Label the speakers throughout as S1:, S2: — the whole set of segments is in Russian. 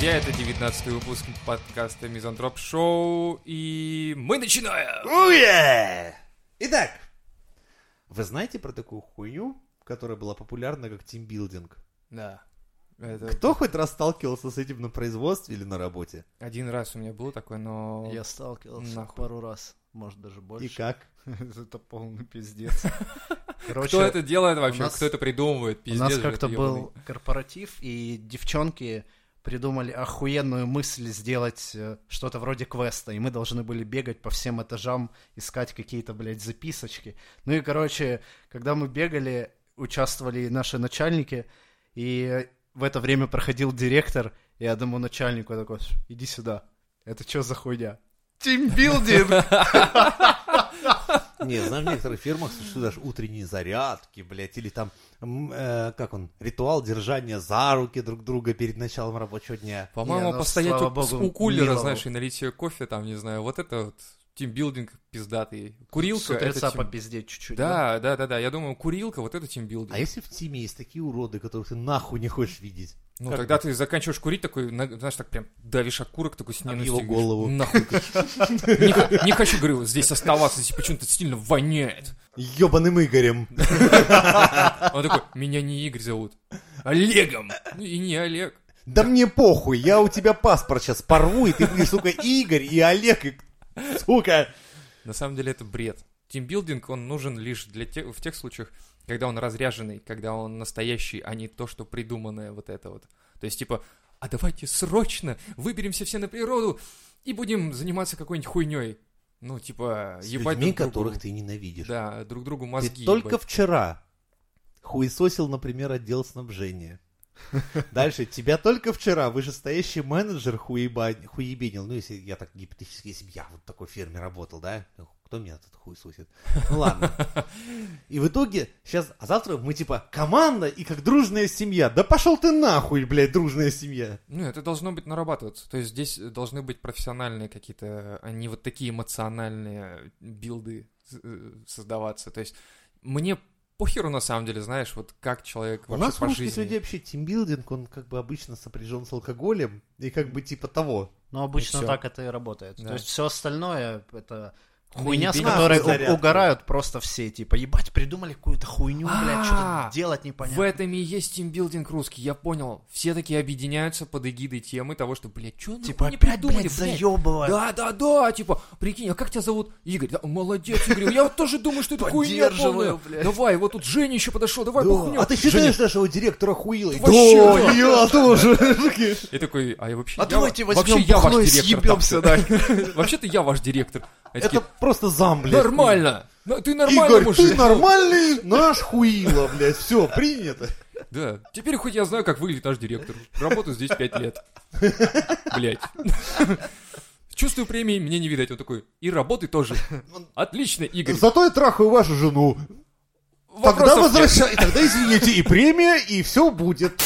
S1: 19 выпуск подкаста Мизантроп Шоу, и мы начинаем!
S2: Уе! Итак, вы знаете про такую хуйню, которая была популярна как тимбилдинг?
S1: Да. Это
S2: Кто хоть раз сталкивался с этим на производстве или на работе?
S1: один раз у меня было такое, но...
S3: Я сталкивался
S1: Нахуй.
S3: пару раз, может даже больше.
S2: И как?
S3: это полный пиздец. Короче,
S1: Кто это делает вообще?
S3: у нас-
S1: Кто это придумывает?
S3: у
S1: Пиздец
S3: нас
S1: же
S3: как-то
S1: это
S3: был корпоратив, и девчонки придумали охуенную мысль сделать э, что-то вроде квеста, и мы должны были бегать по всем этажам, искать какие-то, блядь, записочки. Ну и, короче, когда мы бегали, участвовали и наши начальники, и в это время проходил директор, и я думаю начальнику я такой, иди сюда, это что за хуйня? Тимбилдинг!
S2: Не, знаю, в некоторых фирмах существуют даже утренние зарядки, блядь, или там, м, э, как он, ритуал держания за руки друг друга перед началом рабочего дня.
S1: По-моему,
S3: Не, ну,
S1: постоять
S3: слава
S1: у, с-
S3: богу,
S1: у кулера,
S3: милого.
S1: знаешь, и налить себе кофе, там, не знаю, вот это вот тимбилдинг пиздатый. Курилка — это
S3: Сутреца
S1: тим-
S3: попиздеть чуть-чуть.
S1: Да, да, да, да, я думаю, курилка — вот это тимбилдинг.
S2: А если в тиме есть такие уроды, которых ты нахуй не хочешь видеть?
S1: Ну,
S2: Как
S1: тогда ты заканчиваешь курить, такой, на- знаешь, так прям давишь окурок, такой с
S2: Об
S1: ненавистью.
S2: А его
S1: говоришь,
S2: голову.
S1: Нахуй. ты». Не х- Не хочу, говорю, здесь оставаться, здесь почему-то сильно воняет. А
S2: Ёбаным Игорем.
S1: Он такой, меня не Игорь зовут, Олегом. Ну и не Олег.
S2: Да мне похуй, я у тебя паспорт сейчас порву, и ты будешь, сука, Игорь и Олег, и, сука.
S1: На самом деле это бред. Тимбилдинг, он нужен лишь для тех, в тех случаях, когда он разряженный, когда он настоящий, а не то, что придуманное вот это вот. То есть, типа, а давайте срочно выберемся все на природу и будем заниматься какой-нибудь хуйней. Ну, типа,
S2: С
S1: ебать
S2: людьми,
S1: друг другу.
S2: которых ты ненавидишь.
S1: Да, друг другу
S2: Ты
S1: мозги
S2: только
S1: ебать.
S2: вчера хуесосил, например, отдел снабжения. Дальше. Тебя только вчера вышестоящий менеджер хуеба- хуебенил. Ну, если я так гипотетически, если бы я вот в такой фирме работал, да? Кто меня тут хуесосит? Ну, ладно. И в итоге сейчас, а завтра мы типа команда и как дружная семья. Да пошел ты нахуй, блядь, дружная семья.
S1: Ну, это должно быть нарабатываться. То есть здесь должны быть профессиональные какие-то, а не вот такие эмоциональные билды э, создаваться. То есть мне похеру на самом деле, знаешь, вот как человек
S2: У
S1: вообще
S2: нас в
S1: по
S2: русской
S1: жизни.
S2: среде вообще тимбилдинг, он как бы обычно сопряжен с алкоголем и как бы типа того.
S3: Но
S1: И
S3: обычно
S1: всё.
S3: так это и работает.
S1: Да.
S3: То есть все остальное это
S1: Ну,
S3: хуйня, с
S1: ебись
S3: которой
S2: нахуй зарядку.
S3: у- угорают просто все. Типа, ебать, придумали какую-то хуйню,
S1: А,
S3: блядь, что-то делать
S1: В
S3: непонятно.
S1: этом и есть тимбилдинг русский, я понял. Все такие объединяются под эгидой темы того, что, блядь, что
S3: Типа,
S1: не
S3: опять,
S1: ну придумали,
S3: блядь,
S1: блядь?
S3: заебывают.
S1: Да, да, да, типа, прикинь, а как тебя зовут? Игорь, да, молодец, Игорь, я вот тоже думаю, что это хуйня полная.
S3: Поддерживаю, блядь.
S1: Давай, вот тут Женя еще подошел, давай
S2: Да.
S1: бухнем.
S2: А ты считаешь нашего директора хуилой?
S1: Ты вообще, да.
S2: я тоже.
S1: И такой, а я вообще...
S3: А
S1: я
S3: давайте
S1: ва-
S3: возьмем
S1: вообще я ваш
S3: бухло и
S1: директор,
S3: съебемся,
S1: так.
S3: да.
S1: Вообще-то я ваш директор. А
S2: Это
S1: такие,
S2: просто зам, блядь.
S1: Нормально. Ну, Ты нормальный
S2: Игорь, ты
S1: мужик.
S2: нормальный наш хуила, блядь. Все, принято.
S1: Да. Теперь хоть я знаю, как выглядит наш директор. Работаю здесь пять лет. Блять. Чувствую премии, мне не видать. Он такой, и работы тоже. Отлично, Игорь.
S2: Зато я трахаю вашу жену. Тогда
S1: Вопросов
S2: возвращай, и тогда извините, и премия, и все будет.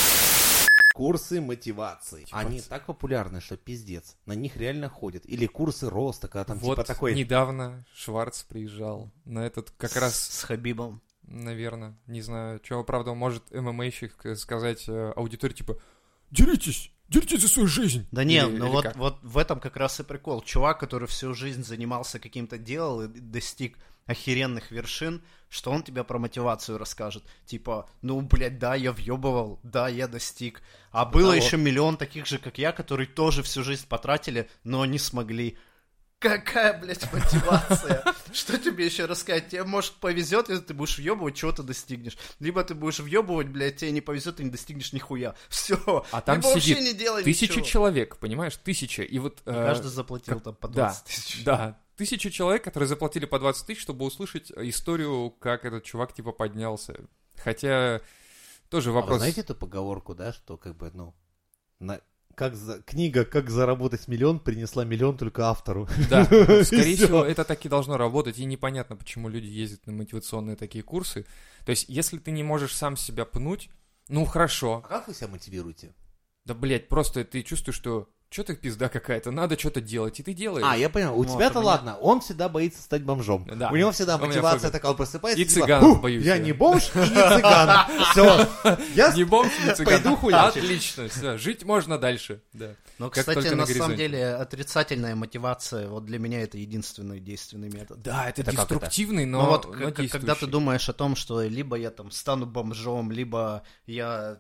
S2: Курсы мотивации. Они так популярны, что пиздец. На них реально ходят. Или курсы роста, когда там
S1: нет. Вот
S2: типа такой...
S1: недавно Шварц приезжал на этот как раз
S3: С Хабибом.
S1: Наверное, не знаю. Чего, правда, может ММАщик сказать э, аудитории, типа, деритесь, деритесь за свою жизнь.
S3: Да не,
S1: Или-
S3: ну
S1: или
S3: вот,
S1: как?
S3: вот в этом как раз и прикол. Чувак, который всю жизнь занимался каким-то делом и достиг охеренных вершин, что он тебе про мотивацию расскажет. Типа, ну, блядь, да, я въебывал, да, я достиг. А было
S2: того.
S3: еще миллион таких же, как я, которые тоже всю жизнь потратили, но не смогли. Какая, блядь, мотивация? Что тебе еще рассказать? Тебе, может, повезет, если ты будешь въебывать, чего ты достигнешь. Либо ты будешь въебывать, блядь, тебе не повезет, ты не достигнешь нихуя. Все.
S1: А там сидит
S3: не делай
S1: Тысячу
S3: ничего.
S1: человек, понимаешь, тысяча. И вот... э,
S3: Ну, Каждый заплатил там по
S1: да.
S3: 20 тысяч.
S1: Да, тысячу человек, которые заплатили по 20 тысяч, чтобы услышать историю, как этот чувак, типа, поднялся. Хотя, тоже
S2: А вы
S1: вопрос...
S2: знаете эту поговорку, да, что как бы, ну, на- как за- книга «Как заработать миллион» принесла миллион только автору.
S1: Да, ну, скорее
S2: И всё.
S1: всего, это так и должно работать, и непонятно, почему люди ездят на мотивационные такие курсы. То есть, если ты не можешь сам себя пнуть, ну, хорошо,
S2: А как вы себя мотивируете?
S1: Да, блядь, просто ты чувствуешь, что что ты пизда какая-то, надо что-то делать, и ты делаешь.
S2: А, я понял, у
S3: Ну, а
S2: тебя-то
S3: у меня-
S2: ладно, он всегда боится стать бомжом.
S1: Да.
S2: У него всегда
S1: У меня
S2: мотивация
S1: фобия.
S2: такая, он просыпается
S1: И
S2: типа,
S1: цыганов
S2: «Ух,
S1: боюсь
S2: Я
S1: я».
S2: не бомж и не цыган. Все. Я
S1: Не бомж, не цыган.
S2: Пойду хуячить.
S1: Отлично, все, жить можно дальше. Да.
S3: Но,
S1: Как
S3: кстати,
S1: только
S3: на,
S1: на
S3: самом
S1: горизонте.
S3: деле отрицательная мотивация, вот для меня это единственный действенный метод.
S1: Да, это,
S2: Это как это?
S1: деструктивный,
S3: Ну
S1: но,
S3: вот,
S1: но
S3: к- к- когда ты
S1: действующий.
S3: думаешь о том, что либо я там стану бомжом, либо я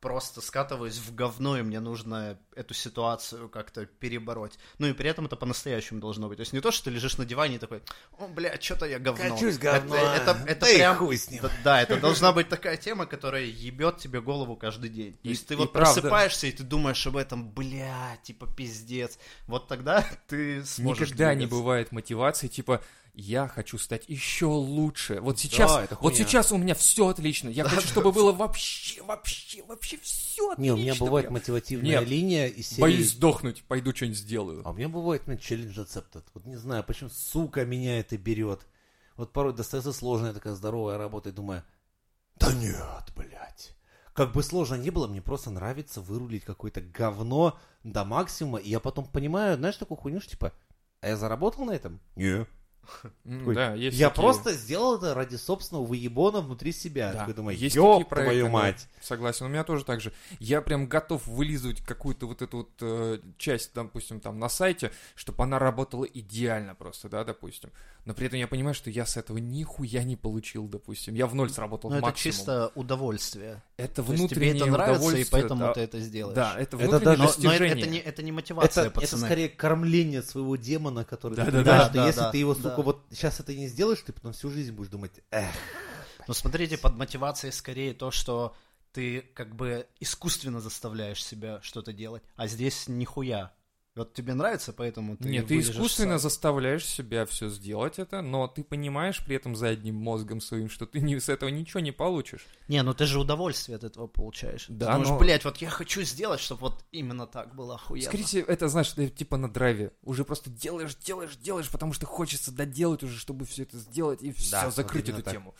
S3: просто скатываюсь в говно, и мне нужно эту ситуацию как-то перебороть. Ну и при этом это по-настоящему должно быть. То есть не то, что ты лежишь на диване и такой, о, бля, что-то я говно.
S2: Качусь говно.
S3: Это, это, это
S2: Да и
S3: прям...
S2: хуй с ним.
S3: Да, да, это должна быть такая тема, которая ебет тебе голову каждый день. То
S1: И-
S3: есть ты
S1: и
S3: вот
S1: правда.
S3: просыпаешься, и ты думаешь об этом, бля, типа пиздец. Вот тогда ты сможешь...
S1: Никогда не
S3: двигаться.
S1: бывает мотивации, типа я хочу стать еще лучше. Вот сейчас,
S2: это
S1: вот
S2: хуйня.
S1: сейчас у меня все отлично. Я хочу, чтобы было вообще, вообще, вообще все отлично.
S2: Не, у меня бывает
S1: бля.
S2: мотивативная
S1: Нет.
S2: линия из серии.
S1: Боюсь сдохнуть, пойду что-нибудь сделаю.
S2: А у меня бывает ну, челлендж рецепт. этот. Вот не знаю, почему, сука, меня это берет. Вот порой достается сложная такая здоровая работа, и думаю, да нет, блядь. Как бы сложно ни было, мне просто нравится вырулить какое-то говно до максимума, и я потом понимаю, знаешь, такую хуйню, что типа, а я заработал на этом? Не.
S1: М,
S2: Такой,
S1: да, есть
S2: я
S1: такие-
S2: просто сделал это ради собственного выебона внутри себя.
S1: Да,
S2: Такой думаю,
S1: есть
S2: ёб
S1: такие проекты,
S2: твою
S1: да,
S2: мать.
S1: согласен, у меня тоже так же. Я прям готов вылизывать какую-то вот эту вот э, часть, допустим, там на сайте, чтобы она работала идеально просто, да, допустим. Но при этом я понимаю, что я с этого нихуя не получил, допустим. Я в ноль сработал
S3: Ну, это
S1: максимум.
S3: чисто удовольствие.
S1: Это
S3: То есть
S1: внутреннее
S3: тебе это нравится, и
S1: удовольствие,
S3: поэтому
S1: да.
S3: ты это сделаешь.
S1: Да, это
S2: Это
S1: внутреннее
S2: даже-
S3: но, но это,
S1: достижение.
S3: это не, это не
S2: Это,
S3: мотивация,
S2: это
S3: пацаны.
S2: скорее кормление своего демона, который
S1: Да,
S2: ты
S1: да,
S2: знаешь,
S3: да,
S2: что
S3: да,
S2: если
S3: да,
S2: ты его,
S3: да.
S2: сука, вот сейчас это не сделаешь, ты потом всю жизнь будешь думать, эх,
S3: Но смотрите, под мотивацией скорее то, что ты как бы искусственно заставляешь себя что-то делать, а здесь нихуя. Вот тебе нравится, поэтому ты
S1: Нет, ты
S3: вылежешь
S1: искусственно
S3: сам.
S1: заставляешь себя все сделать это, но ты понимаешь при этом задним мозгом своим, что ты не, с этого ничего не получишь.
S3: Не, ну ты же удовольствие от этого получаешь.
S1: Да,
S3: ты думаешь,
S1: но-
S3: блядь, вот я хочу сделать, чтобы вот именно так было охуенно.
S1: Скорее всего, это, знаешь, ты типа на драйве. Уже просто делаешь, делаешь, делаешь, потому что хочется доделать уже, чтобы все это сделать и все,
S2: Да, вот
S1: закрыть
S2: именно
S1: эту
S2: так.
S1: тему.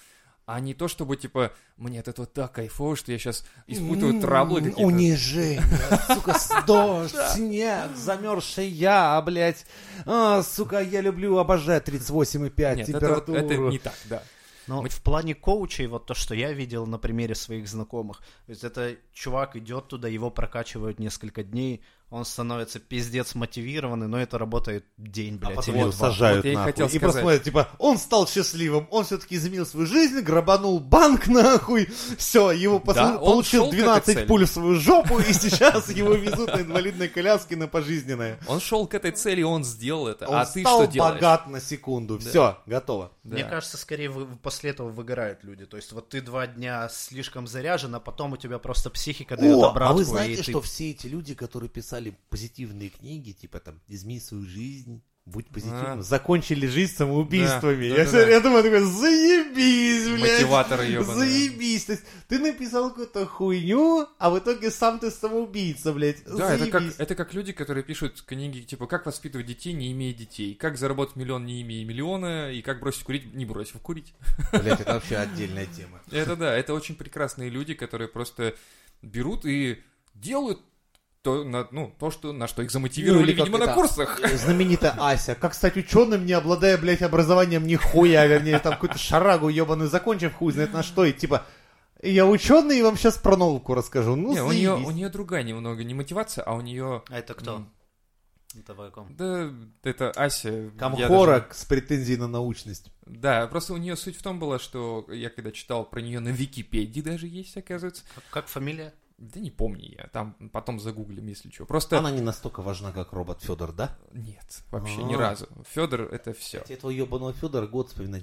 S1: А не то, чтобы, типа, мне от этого так кайфово, что я сейчас испытываю травлы какие-то.
S2: Унижение, сука, с- дождь, снег, замерзший я, блядь. А, сука, я люблю, обожаю 38,5
S1: Нет, это, вот-
S2: температуру.
S1: это не так, да.
S3: Но
S1: Мы-
S3: в плане коучей, вот то, что я видел на примере своих знакомых, то есть это чувак идет туда, его прокачивают несколько дней, он становится пиздец мотивированный, но это работает день,
S2: А
S3: блядь,
S2: потом
S3: или
S2: его
S3: два.
S2: сажают
S1: Вот я и
S2: нахуй.
S1: хотел
S2: и
S1: сказать.
S2: посмотрят, типа, он стал счастливым, он все-таки изменил свою жизнь, грабанул банк нахуй, все, его пос-
S1: Да, он
S2: получил
S1: шёл к этой цели.
S2: 12 пуль в свою жопу, и сейчас его везут на инвалидной коляске на пожизненное.
S1: Он шел к этой цели, он сделал это.
S2: Он
S1: а ты
S2: стал
S1: что делаешь?
S2: богат на секунду,
S1: Да.
S2: все, готово.
S1: Да.
S3: Мне кажется, скорее вы- после этого выгорают люди. То есть вот ты два дня слишком заряжен, а потом у тебя просто психика дает
S2: О, а
S3: обратку.
S2: вы знаете,
S3: и ты-
S2: что все эти люди, которые писали позитивные книги, типа там «Измени свою жизнь», «Будь позитивным»,
S1: А.
S2: закончили жизнь самоубийствами.
S1: Да,
S2: я,
S1: да,
S2: всё-
S1: да.
S2: я думаю, такой, заебись, блядь.
S1: Мотиватор ёбаный.
S2: Заебись. То есть ты написал какую-то хуйню, а в итоге сам ты самоубийца, блядь.
S1: Да, это как,
S2: Заебись.
S1: это как люди, которые пишут книги, типа, как воспитывать детей, не имея детей, как заработать миллион, не имея миллиона, и как бросить курить, не бросив курить.
S2: Блядь, это вообще отдельная тема.
S1: Это да, это очень прекрасные люди, которые просто берут и делают то, на- ну, то что, на что их замотивировали,
S2: Ну, или как
S1: видимо, на
S2: это-
S1: курсах.
S2: Знаменитая Ася. Как стать ученым, не обладая, блядь, образованием нихуя, а, вернее, там какую-то шарагу ебаную закончив, хуй знает на что, и типа, я ученый, и вам сейчас про науку расскажу. Ну,
S1: Не, у нее,
S2: заебись.
S1: у нее другая немного, не мотивация, а у нее...
S3: А это кто?
S1: М.
S3: Это вы о ком?
S1: Да, это Ася. я
S2: Камхора
S1: даже-
S2: с претензией на научность.
S1: Да, просто у нее суть в том была, что я когда читал про нее на Википедии даже есть, оказывается.
S3: Как, как фамилия?
S1: Да не помню я, там потом загуглим, если что. Просто
S2: Она не настолько важна, как робот Федор, да?
S1: Нет, вообще ни
S2: А.
S1: разу. Федор это все.
S2: Хотя этого ебаного Федора год вспоминать.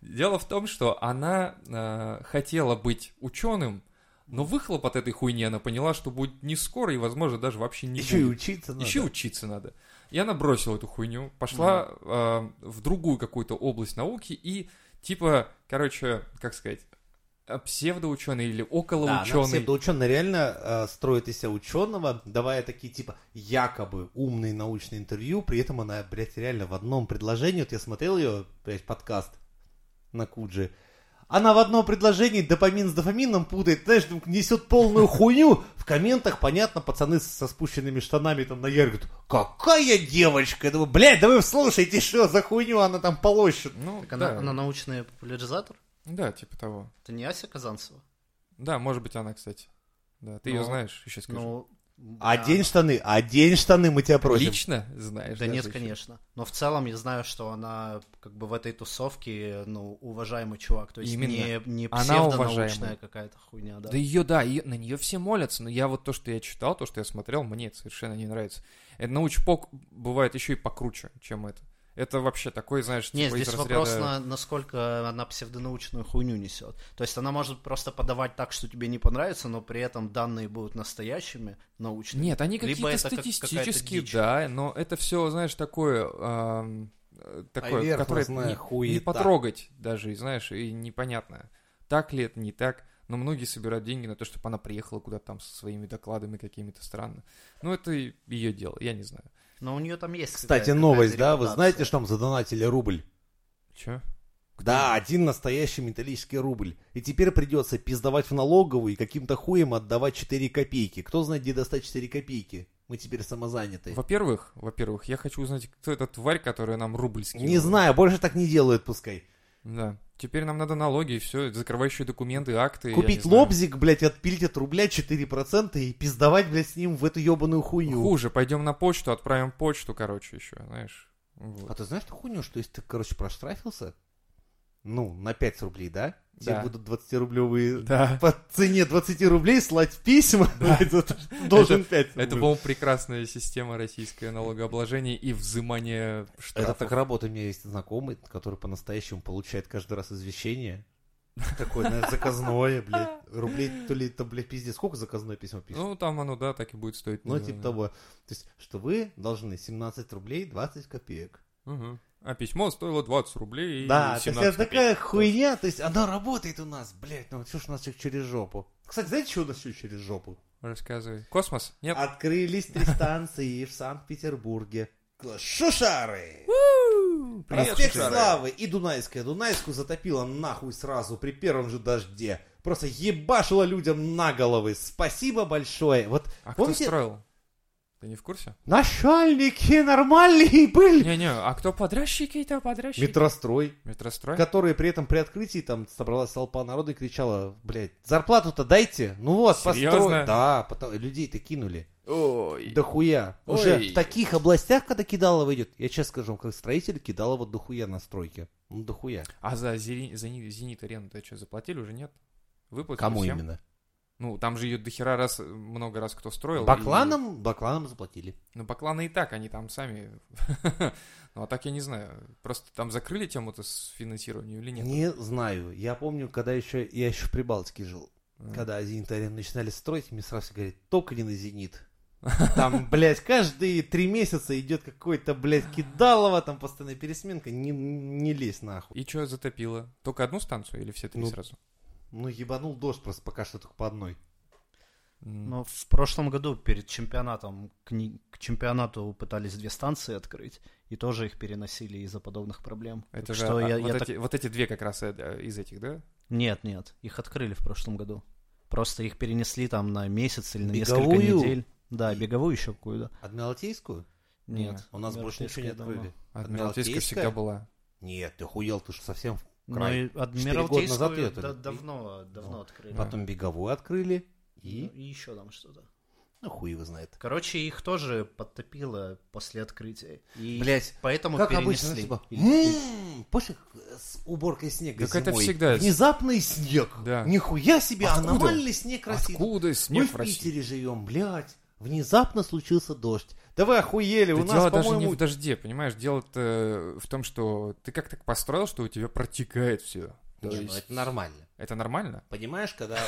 S1: Дело в том, что она э, хотела быть ученым, но выхлоп от этой хуйни она поняла, что будет не скоро и, возможно, даже вообще не
S2: Еще и
S1: будет.
S2: учиться надо.
S1: Еще и учиться надо. И она бросила эту хуйню, пошла э, в другую какую-то область науки и типа, короче, как сказать, э, псевдоученый или
S2: Да, она
S1: околоученый.
S2: псевдоученый реально э, строит из себя ученого, давая такие типа якобы умные научные интервью, при этом она, блядь, реально в одном предложении, вот я смотрел ее, блядь, подкаст на Куджи, Она в одном предложении допамин с дофамином путает, знаешь, там несет полную хуйню. В комментах, понятно, пацаны с- со спущенными штанами там на яр говорят, какая девочка? Я думаю, блядь, да вы слушайте, что за хуйню она там полощет.
S1: Ну,
S3: Так
S1: да.
S3: она, она научный популяризатор?
S1: Да, типа того.
S3: Это не Ася Казанцева?
S1: Да, может быть, она, кстати. Да, ты ее
S3: Ну,
S1: знаешь, еще скажу.
S3: Ну, да.
S2: Одень штаны, одень штаны, мы тебя просим.
S1: Лично знаешь.
S3: Да
S1: даже
S3: нет,
S1: ещё.
S3: конечно. Но в целом я знаю, что она как бы в этой тусовке, ну, уважаемый чувак. То есть
S1: Именно.
S3: не, не
S1: Она уважаемая.
S3: псевдонаучная какая-то хуйня, да.
S1: Да ее, да, её- на нее все молятся, но я вот то, что я читал, то, что я смотрел, мне это совершенно не нравится. Это научпок бывает еще и покруче, чем это. Это вообще такой, знаешь,
S3: Нет,
S1: типа из
S3: здесь вопрос,
S1: разряда-
S3: на, насколько она псевдонаучную хуйню несет. То есть она может просто подавать так, что тебе не понравится, но при этом данные будут настоящими, научными.
S1: Нет, они
S3: Либо
S1: какие-то
S3: это как-
S1: статистические,
S3: какая-то дичь.
S1: да, но это все, знаешь, такое, эм, э, такое, которое
S2: Поверхностная
S1: не- не
S2: хуета.
S1: потрогать даже, и, знаешь, и непонятно, так ли это, не так. Но многие собирают деньги на то, чтобы она приехала куда-то там со своими докладами какими-то странно. Ну, это ее дело, я не знаю.
S3: Но у нее там есть.
S2: Кстати,
S3: какая-то-
S2: новость,
S3: какая-то
S2: да, вы
S3: репутация.
S2: знаете, что там задонатили рубль?
S1: Че?
S2: Да, один настоящий металлический рубль. И теперь придется пиздовать в налоговую и каким-то хуем отдавать 4 копейки. Кто знает, где достать 4 копейки? Мы теперь самозаняты.
S1: Во-первых, во-первых, я хочу узнать, кто эта тварь, которая нам рубль скинула.
S2: Не знаю, больше так не делают пускай.
S1: Да. Теперь нам надо налоги и все, закрывающие документы, акты. я не
S2: Купить
S1: знаю.
S2: лобзик, блядь, отпилить от рубля 4% и пиздовать, блядь, с ним в эту ебаную хуйню.
S1: Хуже, пойдем на почту, отправим почту, короче, еще, знаешь. Вот.
S2: А ты знаешь эту хуйню, что если ты, короче, проштрафился, ну, на 5 рублей, да? Тебе
S1: Да.
S2: будут 20-рублевые...
S1: Да.
S2: По цене 20 рублей слать письма, блядь, за то, что ты должен 5
S1: Это, по-моему, прекрасная система российское налогообложение и взимание штрафов.
S2: Это так работа. У меня есть знакомый, который по-настоящему получает каждый раз извещение. Такое, знаешь, заказное, блядь. Рублей, то ли это, блядь, пиздец. Сколько заказное письмо пишет?
S1: Ну, там оно, да, так и будет стоить.
S2: Ну, типа
S1: наверное.
S2: того. То есть, что вы должны 17 рублей 20 копеек.
S1: Мгм. А письмо стоило 20 рублей и
S2: Да, то есть
S1: 17
S2: это такая
S1: копеек.
S2: хуйня, то есть она работает у нас, блядь, ну что ж у нас все через жопу. Кстати, знаете, что у нас все через жопу?
S1: Рассказывай. Космос?
S2: А,
S1: Нет?
S2: Открылись три станции в Санкт-Петербурге. Шушары! Проспект Славы и Дунайская. Дунайскую затопило нахуй сразу при первом же дожде. Просто ебашило людям на головы. Спасибо большое. Вот
S1: А кто
S2: помните,
S1: строил? Ты не в курсе?
S2: начальники нормальные были.
S1: Не-не, а кто подрядчики то подрядчики?
S2: Метрострой,
S1: Метрострой?
S2: которые при этом при открытии там собралась толпа народа и кричала, блядь, зарплату-то дайте. Ну вот, построй.
S1: Серьезно?
S2: Да, потом людей-то кинули.
S1: Ой.
S2: Дохуя. Уже
S1: Ой.
S2: в таких областях, когда кидалово идет, я честно скажу, вам, как строитель кидалово дохуя на стройке. Ну, дохуя.
S1: А за Зени- Зени- зенит арену то что, заплатили уже, нет? Выплатили
S2: Кому
S1: всем?
S2: именно?
S1: Ну, там же ее дохера раз, много раз кто строил. и-
S2: Бакланам? Бакланам заплатили.
S1: Ну, бакланы и так, они там сами... Ну, а так я не знаю. Просто там закрыли тему-то с финансированием или нет?
S2: Не знаю. Я помню, когда еще я еще в Прибалтике жил.
S1: А.
S2: Когда «Зенит Арену» начинали строить, мне сразу все говорят, только не на «Зенит». Там, блядь, каждые три месяца идет какой-то, блядь, кидалово, там постоянная пересменка. Не, не лезь нахуй.
S1: И что затопило? Только одну станцию или все три
S2: Ну.
S1: сразу?
S2: Ну, ебанул дождь просто пока что только по одной.
S1: М.
S3: Но в прошлом году перед чемпионатом к, ни- к чемпионату пытались две станции открыть, и тоже их переносили из-за подобных проблем.
S1: Это
S3: Так
S1: же
S3: что
S1: а,
S3: я-
S1: вот,
S3: я так
S1: эти, вот эти две как раз э, э, из этих, да?
S3: Нет, нет, их открыли в прошлом году. Просто их перенесли там на месяц или на
S2: Беговую?
S3: несколько недель. Да, беговую еще какую-то.
S2: Адмиралтейскую?
S3: Нет.
S2: У нас больше ничего не
S3: Адмиралтейская
S2: открыли.
S1: Адмиралтейская всегда
S2: Адмиралтейская?
S1: была.
S2: Нет, ты хуел, ты же совсем в
S3: Ну
S2: край.
S3: и
S2: года назад её
S3: Адмиралтейскую
S2: это-
S3: да- давно, давно
S2: Ну,
S3: открыли. Ну
S1: да.
S2: Потом беговую открыли. И,
S3: И? и еще там что-то.
S2: ну, хуй его знает.
S3: Короче, их тоже подтопило после открытия. И
S2: Блять,
S3: поэтому
S2: как
S3: перенесли.
S2: обычно, типа, «М, помнишь, как с уборкой снега
S1: Так это
S2: зимой?
S1: всегда-
S2: Внезапный снег.
S1: Да.
S2: Нихуя себе,
S1: Откуда?
S2: аномальный снег России.
S1: Откуда
S2: Мы
S1: снег в
S2: в
S1: России?
S2: Питере живем, блядь. Внезапно случился дождь. Да вы охуели,
S1: Да
S2: у нас,
S1: дело даже не
S2: по-моему...
S1: в дожде, понимаешь? Дело-то в том, что ты как так построил, что у тебя протекает все.
S2: Не, ну это нормально.
S1: Это нормально?
S2: Понимаешь, когда...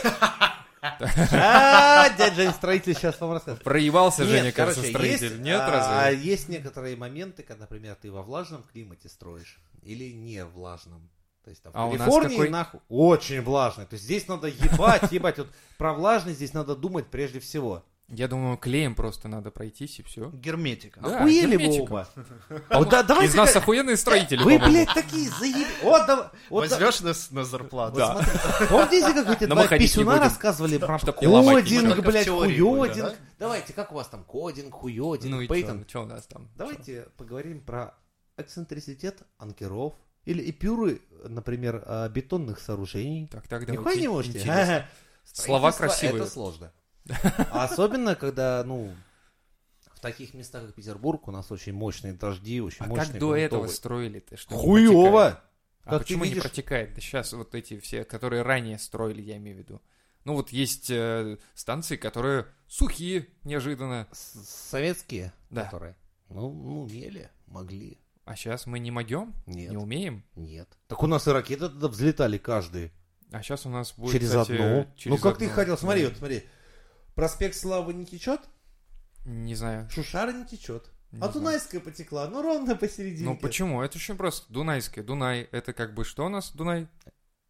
S2: А, Дядя Жень, строитель сейчас вам расскажет.
S1: Проебался же, мне кажется,
S2: короче,
S1: строитель.
S2: есть,
S1: Нет,
S2: а,
S1: разве?
S2: есть некоторые моменты, когда, например, ты во влажном климате строишь или не влажном. То есть там в
S1: А у нас
S2: Калифорнии
S1: какой?
S2: нахуй очень влажный. То есть здесь надо ебать, ебать. Вот про влажность здесь надо думать прежде всего.
S1: Я думаю, клеем просто надо пройтись и все.
S3: Герметика.
S1: Да,
S2: Охуели вы
S1: герметика.
S2: оба. А вот да-
S1: Из
S2: давайте...
S1: нас
S2: как-
S1: охуенные строители,
S2: Вы,
S1: по-моему.
S2: блядь, такие заеб... Вот, да- вот да-
S3: Возьмешь нас на зарплату?
S2: Вот смотри, Помните, как эти
S1: Но
S2: два
S1: мы ходить не
S2: писюна
S1: будем.
S2: рассказывали про
S1: Чтоб не ломать ничего.
S2: кодинг,
S3: Только в
S2: блядь,
S3: теории были,
S2: хуёдинг?
S3: да?
S2: Давайте, как у вас там кодинг, хуёдинг,
S1: Ну и
S2: Пейтон?
S1: что у нас там? Чё?
S2: Давайте поговорим про эксцентриситет анкеров или эпюры, например, э, бетонных сооружений.
S1: Так, так, давайте.
S2: Нихуя не можете?
S1: Интересно. Слова
S2: Строительство
S1: красивые.
S2: Это сложно. А Особенно, когда, ну, в таких местах, как Петербург, у нас очень мощные дожди, очень
S1: А
S2: мощные
S1: как до этого
S2: грунтовые. Ну,
S1: строили-то? что не протекает?
S2: Хуёво!
S1: А
S2: Как ты
S1: почему не
S2: видишь-
S1: протекает? Да сейчас вот эти все, которые ранее строили, я имею в виду. Ну вот есть э, станции, которые сухие, неожиданно.
S2: С- Советские,
S1: Да.
S2: которые. Ну, ну, умели, могли.
S1: А сейчас мы не могем,
S2: Нет.
S1: не умеем.
S2: Нет. Так у нас и ракеты тогда взлетали каждый.
S1: А сейчас у нас будет,
S2: через
S1: кстати,
S2: одну.
S1: через
S2: ну как ты
S1: одну.
S2: хотел, смотри,
S1: Да.
S2: вот смотри. Проспект Славы не течет,
S1: Не знаю.
S2: Шушара не течет.
S1: Не
S2: а
S1: знаю.
S2: Дунайская потекла, ну ровно посередине.
S1: Ну почему? Это очень просто. Дунайская. Дунай. Это как бы что у нас Дунай?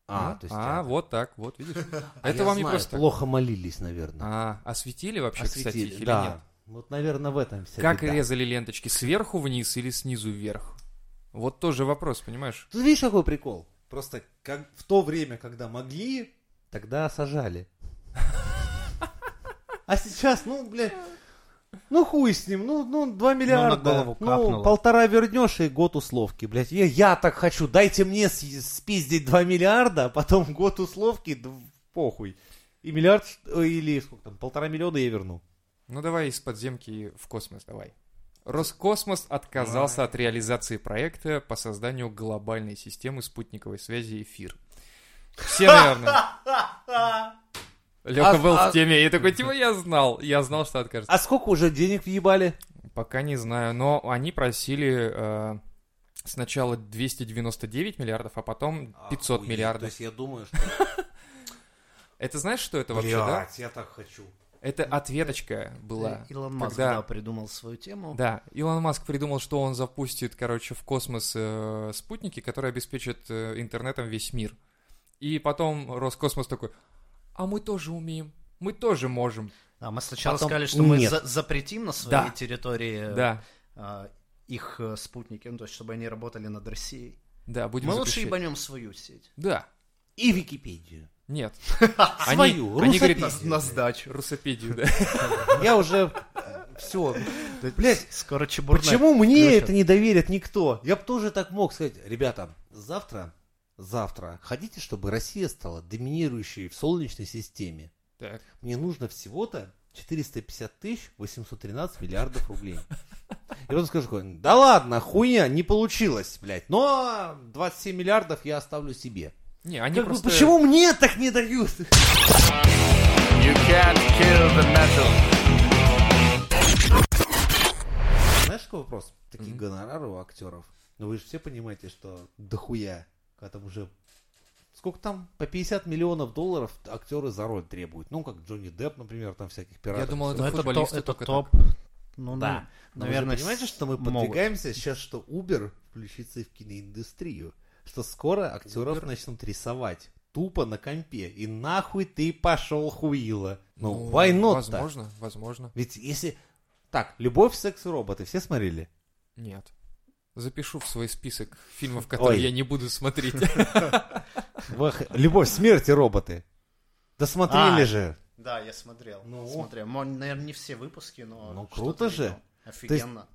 S2: А,
S1: Ну,
S2: то есть... А
S1: а, вот так, вот видишь. Это
S2: я
S1: вам не
S2: знаю,
S1: просто.
S2: Плохо молились, наверное.
S1: А, осветили вообще, кстати, их
S2: Осветили,
S1: или
S2: да.
S1: нет?
S2: Вот, наверное, в этом вся
S1: Как
S2: беда.
S1: резали ленточки? Сверху вниз или снизу вверх? Вот тоже вопрос, понимаешь?
S2: Тут видишь, какой прикол? Просто как в то время, когда могли, тогда сажали. А сейчас, ну, блядь, ну хуй с ним, ну, ну 2 миллиарда,
S3: голову
S2: ну
S3: капнуло.
S2: полтора вернешь и год условки, блядь. Я, я так хочу, дайте мне с- спиздить 2 миллиарда, а потом год условки, да похуй. И миллиард, ш- ой, или сколько там, полтора миллиона я верну.
S1: Ну давай из подземки в космос давай. Роскосмос отказался от реализации проекта по созданию глобальной системы спутниковой связи эфир. Все, наверное. Лёха
S2: А-
S1: был
S2: а-
S1: в теме, и такой, типа, я знал, я знал, что откажется.
S2: А сколько уже денег въебали?
S1: Пока не знаю, но они просили э, сначала 299 миллиардов, а потом 500
S2: Охуеть,
S1: миллиардов.
S2: я думаю, что...
S1: Это знаешь, что это вообще, да?
S2: я так хочу.
S1: Это ответочка была.
S3: Илон Маск,
S1: когда-
S3: да, придумал свою тему.
S1: Да, Илон Маск придумал, что он запустит, короче, в космос э, спутники, которые обеспечат э, интернетом весь мир. И потом Роскосмос такой, а мы тоже умеем, мы тоже можем.
S3: А мы сначала
S2: Потом-
S3: сказали, что мы
S2: Нет.
S3: за- запретим на своей
S1: Да.
S3: территории
S1: Да,
S3: а, их э, спутники, ну, то есть, чтобы они работали над Россией.
S1: да, будем
S3: мы лучше
S1: запрещать.
S3: ебанем свою сеть.
S1: Да,
S2: И Википедию.
S1: нет.
S2: Свою,
S1: они говорят,
S2: русопись.
S1: «На-
S2: На
S3: сдачу.
S1: Русопедию, да.
S2: Я уже... э, Все. Блять,
S3: Скоро чебурная.
S2: почему мне
S3: Лёша.
S2: это не доверит никто? Я бы тоже так мог сказать. Ребята, завтра, завтра хотите, чтобы Россия стала доминирующей в Солнечной системе?
S1: Так,
S2: Мне нужно всего-то 450 тысяч 813 миллиардов рублей. И он скажет, такой, да ладно, хуйня, не получилось, блядь. Но 27 миллиардов я оставлю себе.
S1: Не, они
S2: Как бы,
S1: просто...
S2: Почему мне так не дают? Знаешь, какой вопрос? Такие
S1: Мгм.
S2: гонорары у актеров. Ну вы же все понимаете, что дохуя, когда там уже сколько там, по 50 миллионов долларов актеры за роль требуют. Ну, как Джонни Депп, например, там всяких пиратов.
S1: думал,
S2: всё.
S1: это
S3: Ну, это,
S1: футболисты
S3: то- это
S1: только
S3: топ.
S2: Да. Но
S3: Ну, ну,
S2: вы же
S3: наверное,
S2: понимаете, что мы
S3: могут.
S2: подвигаемся сейчас, что Uber включится и в киноиндустрию. Что скоро актеров начнут рисовать тупо на компе. И нахуй ты пошел хуила. Ну, why not-то?
S1: Возможно, возможно.
S2: Ведь если... Так, «Любовь, секс, и роботы» все смотрели?
S1: Нет. Запишу в свой список фильмов, которые
S2: Ой.
S1: я не буду смотреть.
S2: Вах- «Любовь, смерть и роботы». Досмотрели
S3: А.
S2: же.
S3: Да, я смотрел.
S2: Ну.
S3: смотрел. Мо- наверное, не все выпуски, но...
S2: Ну,
S3: что-то
S2: круто же.
S3: видел. Офигенно.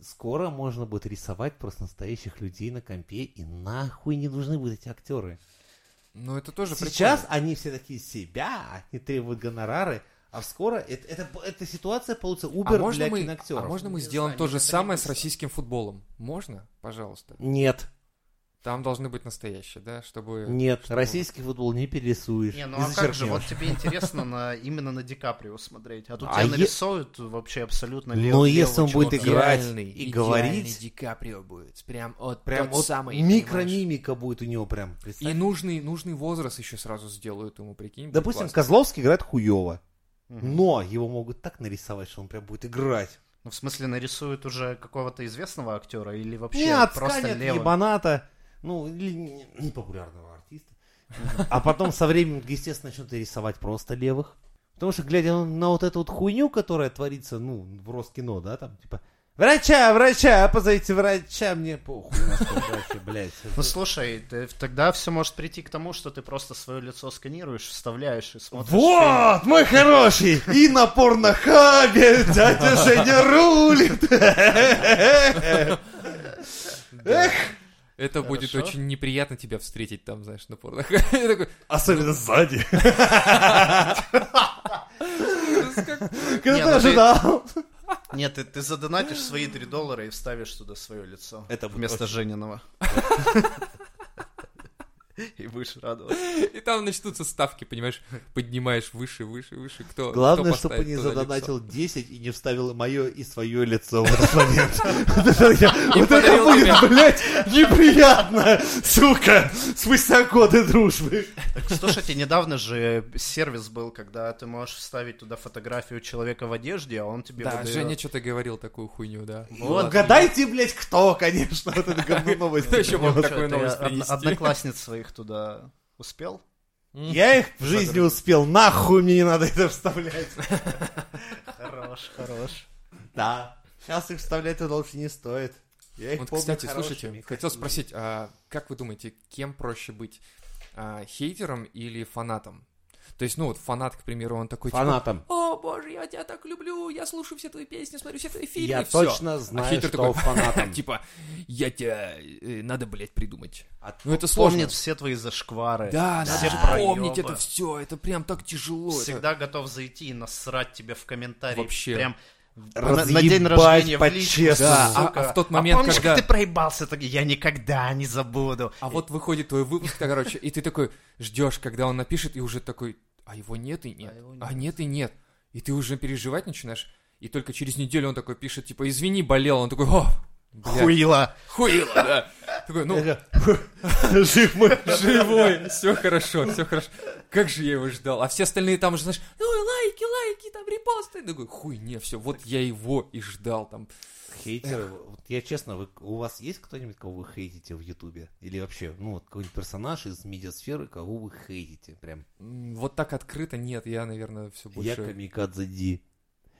S2: Скоро можно будет рисовать просто настоящих людей на компе, и нахуй не нужны будут эти актеры.
S1: Ну, это тоже
S2: Сейчас они все такие себя, они требуют гонорары, а скоро это, это, эта ситуация получится Uber
S1: а можно
S2: для
S1: мы,
S2: киноактеров.
S1: А можно мы
S3: Не
S1: сделаем
S3: знаю,
S1: то же
S3: никогда не
S1: самое с
S3: писал.
S1: российским футболом? Можно? Пожалуйста.
S2: Нет,
S1: Там должны быть настоящие, да, чтобы...
S2: нет,
S1: чтобы-
S2: российский футбол не перерисуешь.
S3: Не, ну
S2: не
S3: а как же, вот
S2: зачеркнешь.
S3: тебе интересно на, именно на Ди Каприо смотреть, а тут
S2: А
S3: тебя
S2: е-
S3: нарисуют вообще абсолютно
S2: Ну,
S3: левого-
S2: если
S3: левого
S2: он будет
S3: чувака.
S2: играть
S1: Идеальный,
S2: и
S1: идеальный
S2: говорить.
S1: Ди Каприо будет. Прям вот
S2: Прям
S1: тот
S2: вот
S1: самый, понимаешь?
S2: микромимика будет у него прям.
S1: И
S2: представь.
S1: нужный, нужный возраст еще сразу сделают ему, прикинь. будет
S2: Допустим,
S1: классно.
S2: Козловский играет хуево,
S3: Мгм.
S2: но его могут так нарисовать, что он прям будет играть.
S3: Ну, в смысле, нарисуют уже какого-то известного актера или вообще
S2: Не,
S3: просто
S2: отсканят
S3: левого?
S2: ебаната, ну, или не- непопулярного артиста. А потом со временем, естественно, начнут и рисовать просто левых. Потому что, глядя на вот эту вот хуйню, которая творится, ну, в Роскино, да, там, типа, врача, врача, позовите врача, мне похуй, у нас тут вообще, блядь.
S3: Ну слушай, ты- тогда все может прийти к тому, что ты просто свое лицо сканируешь, вставляешь и смотришь. фильм.
S2: Вот, мой хороший! И на порнохабе дядя Женя рулит! Эх!
S1: Это будет
S3: Хорошо.
S1: очень неприятно тебя встретить там, знаешь, на порно. Я такой,
S2: Особенно сзади.
S1: «Ужас, как
S2: Кто
S3: Не, ну ты-
S2: ожидал?
S3: Нет, ты, ты задонатишь свои 3 доллара и вставишь туда свое лицо.
S2: Это будет
S3: вместо
S2: очень-
S3: Жениного. И будешь радоваться.
S1: И там начнутся ставки, понимаешь, поднимаешь выше, выше, выше. Кто?
S2: Главное,
S1: кто
S2: чтобы
S1: поставит
S2: не
S1: туда лицо.
S2: задонатил 10 и не вставил мое и свое лицо в этот момент. Вот это я- Вот это
S1: подарил тебя.
S2: будет, блядь, неприятно, сука, спустя годы дружбы.
S3: Так, слушайте, недавно же сервис был, когда ты можешь вставить туда фотографию человека в одежде, а он тебе
S1: Да,
S3: выдает-
S1: Женя что-то говорил такую хуйню, да.
S3: Вот.
S2: Угадайте, блядь, кто, конечно, вот это говно новости.
S1: Кто еще
S3: Ну,
S1: мог
S3: чё,
S1: такую
S3: это
S1: новость
S3: я од-
S1: принести?
S3: Одноклассниц своих туда успел?
S2: Я их в жизни успел, нахуй мне не надо это вставлять.
S3: Хорош, хорош.
S2: Да. Сейчас их вставлять это лучше не стоит. Я их
S1: Вот,
S2: помню
S1: кстати,
S2: хорошими,
S1: слушайте,
S2: как
S1: хотел
S2: и-
S1: спросить, а как вы думаете, кем проще быть? А, хейтером или фанатом? То есть, ну вот фанат, к примеру, он такой типа,
S2: Фанатом.
S1: О, боже, я тебя так люблю, я слушаю все твои песни, смотрю все твои фильмы,
S2: Я
S1: всё».
S2: точно
S1: А
S2: знаю,
S1: хейтер
S2: что
S1: такой,
S2: фанатом.
S1: Типа, я тебя, э, надо, блядь, придумать.
S2: А
S1: Ну это сложно.
S3: Помнит все твои зашквары.
S1: Да,
S3: все
S1: надо же
S3: проёбы.
S1: помнить это все, это прям так тяжело. это-
S3: Всегда готов зайти и насрать тебе в комментарии.
S1: Вообще.
S3: Прям на,
S2: Разъебать
S3: на день рождения в личку,
S2: по-честному.
S1: Да, а-
S3: сука.
S1: а в тот момент,
S3: помнишь,
S1: когда-
S3: как ты проебался? Так Я никогда не забуду.
S1: А вот выходит твой выпуск, короче, и ты такой ждешь, когда он напишет, и уже такой, а его нет и нет,
S3: А
S1: а,
S3: его нет.
S1: нет и нет. И ты уже переживать начинаешь, и только через неделю он такой пишет, типа, извини, болел. Он такой, о, бля,
S3: Хуила.
S1: хуило, да. Такой, ну,
S2: Жив мой.
S1: живой, все хорошо, все хорошо. Как же я его ждал? А все остальные там уже, знаешь, ну, лайки, лайки, там репосты. Я Такой, хуй, не, все, вот я его и ждал там.
S2: Хейтеры, вот я честно, вы- у вас есть кто-нибудь, кого вы хейтите в Ютубе? Или вообще, ну, вот какой-нибудь персонаж из медиасферы, кого вы хейтите? Прям
S1: М, Вот так открыто, нет, я, наверное, все больше...
S2: Я камикадзе Ди.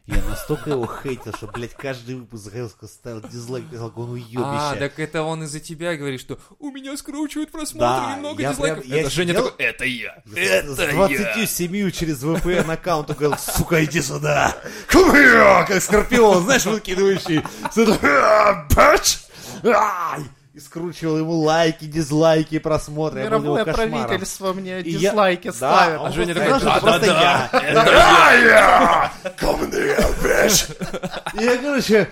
S2: Я настолько его хейтил, что, блядь, каждый выпуск резко ставил дизлайк, писал, он
S1: А,
S2: уебище.
S1: так это он из-за тебя говорит, что у меня скручивают просмотры
S2: Да,
S1: и много
S2: я
S1: дизлайков.
S2: прям- я
S1: это Женя
S2: сидел-
S1: такой, это я.
S2: Я с 27 через VPN аккаунт говорил, сука, иди сюда. Хуя, как скорпион, знаешь, выкидывающий. Сюда, «А, бач! Ай!» И скручивал ему лайки, дизлайки, просмотры. Я был его
S3: Мировое
S2: кошмаром.
S3: правительство мне
S2: И я-
S3: дизлайки
S2: Да, а
S3: ставят.
S2: он
S1: Женя
S2: просто
S1: такой,
S2: сказал, что
S4: «Да-да-да,
S2: просто я. И я, короче,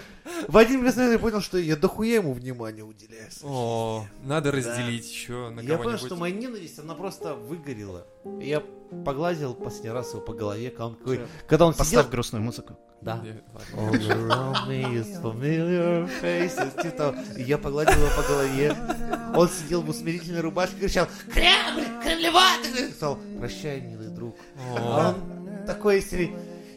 S2: в один прекрасный понял, что я дохуя ему внимания уделяю.
S1: О, надо разделить еще на
S2: Я понял, что
S1: кого-нибудь.
S2: моя ненависть, она просто выгорела. И Я погладил последний раз его по голове, когда он, такой-
S3: Всё.
S2: когда он
S3: Поставь
S2: сидел...
S3: грустную музыку.
S2: Да.
S1: Не, ладно.
S2: All around me is familiar faces. Типа того. И я погладил его по голове. Он сидел в усмирительной рубашке и кричал «Кремль! Кремлеватый!» И сказал «Прощай, милый друг». А он такой из серии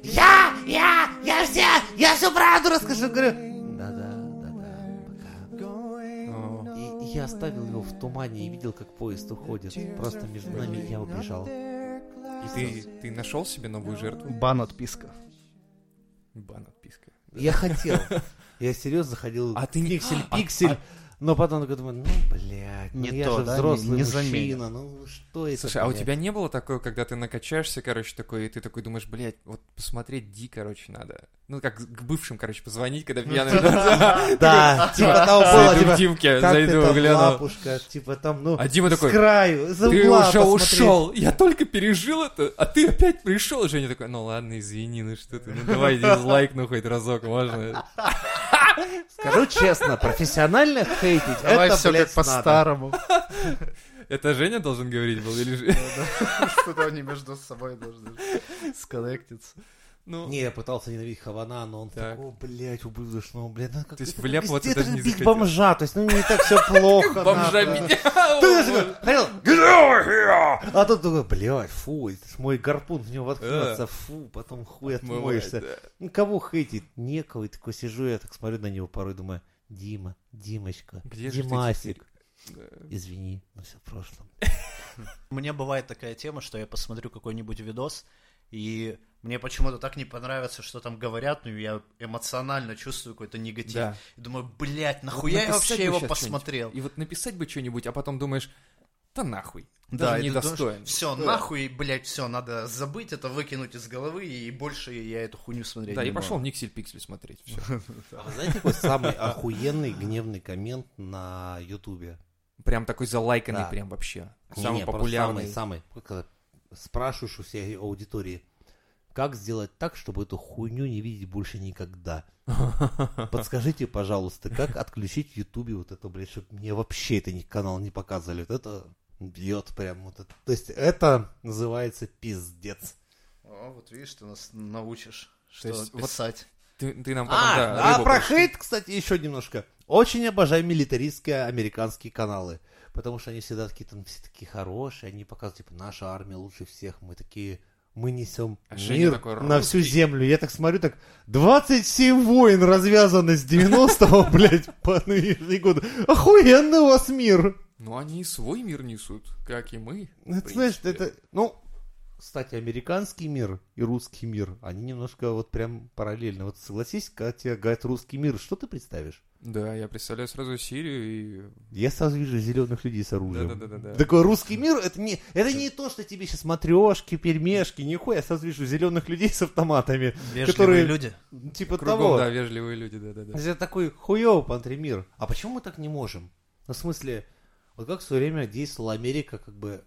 S2: «Я! Я! Я все! Я всю правду расскажу!» Говорю «Да-да, да-да,
S1: О,
S2: пока». И, и я оставил его в тумане и видел, как поезд уходит. Просто между нами я убежал. И
S1: Ты, ты нашел себе новую жертву?
S3: Бан отписка.
S1: Бан отписка.
S2: Я хотел. Я серьезно ходил.
S1: А ты не-
S2: пиксель, пиксель. Но потом такой думаю, ну, блядь, ну
S3: Не
S2: я
S3: то,
S2: же
S3: да, не-
S2: взрослый
S3: не заменит.
S2: мужчина, ну что это?
S1: Слушай, а у
S2: блядь?
S1: тебя не было такое, когда ты накачаешься, короче, такой, и ты такой думаешь, блядь, вот посмотреть Ди, короче, надо. Ну, как к бывшим, короче, позвонить, когда пьяный.
S2: Да, типа того было,
S1: Зайду к
S2: типа,
S1: Димке,
S2: как ты
S1: зайду,
S2: там,
S1: гляну.
S2: лапушка, типа там, ну,
S1: А Дима такой,
S2: с краю, за
S1: Ты
S2: угла
S1: уже
S2: посмотри.
S1: ушел, я только пережил это, а ты опять пришел. И Женя такой, ну ладно, извини, ну что ты, ну давай дизлайк, ну хоть разок, можно.
S2: Скажу честно, профессионально хейтить,
S3: Давай
S2: это,
S3: все
S2: блядь,
S3: как
S2: надо.
S3: по-старому.
S1: Это Женя должен говорить был или же...
S3: Что-то они между собой должны сконнектиться.
S1: Ну,
S2: Не, я пытался ненавидеть Хавана, но он
S1: Так.
S2: такой, «О, блядь, убываешь, ну, блядь, ну, как
S1: То есть
S2: это
S1: вляпываться
S2: пиздец,
S1: даже
S2: это
S1: не
S2: бить
S1: захотел.
S2: бомжа, то есть, ну, не так все плохо.
S1: бомжа
S2: нахуй.
S1: меня.
S2: Ты
S1: о,
S2: такой,
S1: боже.
S2: хотел, «Георгия!» А тут такой, блядь, фу, это ж мой гарпун в него воткнется, фу, потом хуй
S1: А. Отмывает,
S2: отмоешься.
S1: да.
S2: Ну, кого хейтить? Некого. И такой сижу, я так смотрю на него порой, думаю, Дима, Димочка,
S1: Где же ты
S2: Димасик.
S1: теперь?
S2: Извини, но все в прошлом.
S3: У меня бывает такая тема, что я посмотрю какой-нибудь видос, и Мне почему-то так не понравится, что там говорят, но я эмоционально чувствую какой-то негатив.
S1: Да.
S3: И думаю, блядь, нахуя я
S1: Написать бы
S3: вообще его
S1: щас что-нибудь.
S3: посмотрел?
S1: И вот написать бы что-нибудь, а потом думаешь, да нахуй,
S3: Да,
S1: даже недостоин.
S3: Все,
S1: Да.
S3: нахуй, блядь, все, надо забыть это, выкинуть из головы, и больше я эту хуйню смотреть
S1: Да,
S3: не
S1: и пошел
S3: буду.
S1: Никсель Пиксель смотреть. Всё.
S2: А вы знаете, какой самый охуенный гневный коммент на Ютубе?
S1: Прям такой залайканный,
S2: Да.
S1: прям вообще.
S2: Не,
S1: Самый
S2: не, просто
S1: популярный.
S2: Самый, самый. Когда спрашиваешь у всей аудитории, как сделать так, чтобы эту хуйню не видеть больше никогда? Подскажите, пожалуйста, как отключить в Ютубе вот это, блядь, чтобы мне вообще это ни- канал не показывали. Вот это бьет прям вот это. То есть это называется пиздец.
S3: О, вот видишь, ты нас научишь, что
S1: есть пис-
S3: писать.
S1: Ты, ты нам потом, да,
S2: А, а
S1: рыбу
S2: про
S1: будешь-
S2: хейт, кстати, еще немножко. Очень обожаю милитаристские американские каналы, потому что они всегда такие там все такие хорошие, они показывают, типа, наша армия лучше всех, мы такие, мы несем
S1: А Женя
S2: мир
S1: такой
S2: на всю землю. Я так смотрю, так 27 войн развязаны с 90-го, блядь, по нынешний год. Охуенный у вас мир!
S1: Ну они и свой мир несут, как и мы.
S2: Ну,
S1: в
S2: это, знаешь,
S1: принципе.
S2: это, ну, кстати, американский мир и русский мир, они немножко вот прям параллельно. Вот согласись, когда тебе говорят русский мир, что ты представишь?
S1: Да, я представляю сразу Сирию и...
S2: Я сразу вижу зеленых людей с оружием.
S1: Да-да-да-да.
S2: Такой русский мир, это не, это не то, что тебе сейчас матрешки, пельмешки, нихуя. Я сразу вижу зеленых людей с автоматами,
S3: Вежливые
S2: которые
S3: люди.
S2: типа
S1: Кругом,
S2: того.
S1: да, вежливые люди, да-да-да.
S2: Это такой хуёвый пантримир. А почему мы так не можем? Ну, в смысле, вот как в свое время действовала Америка как бы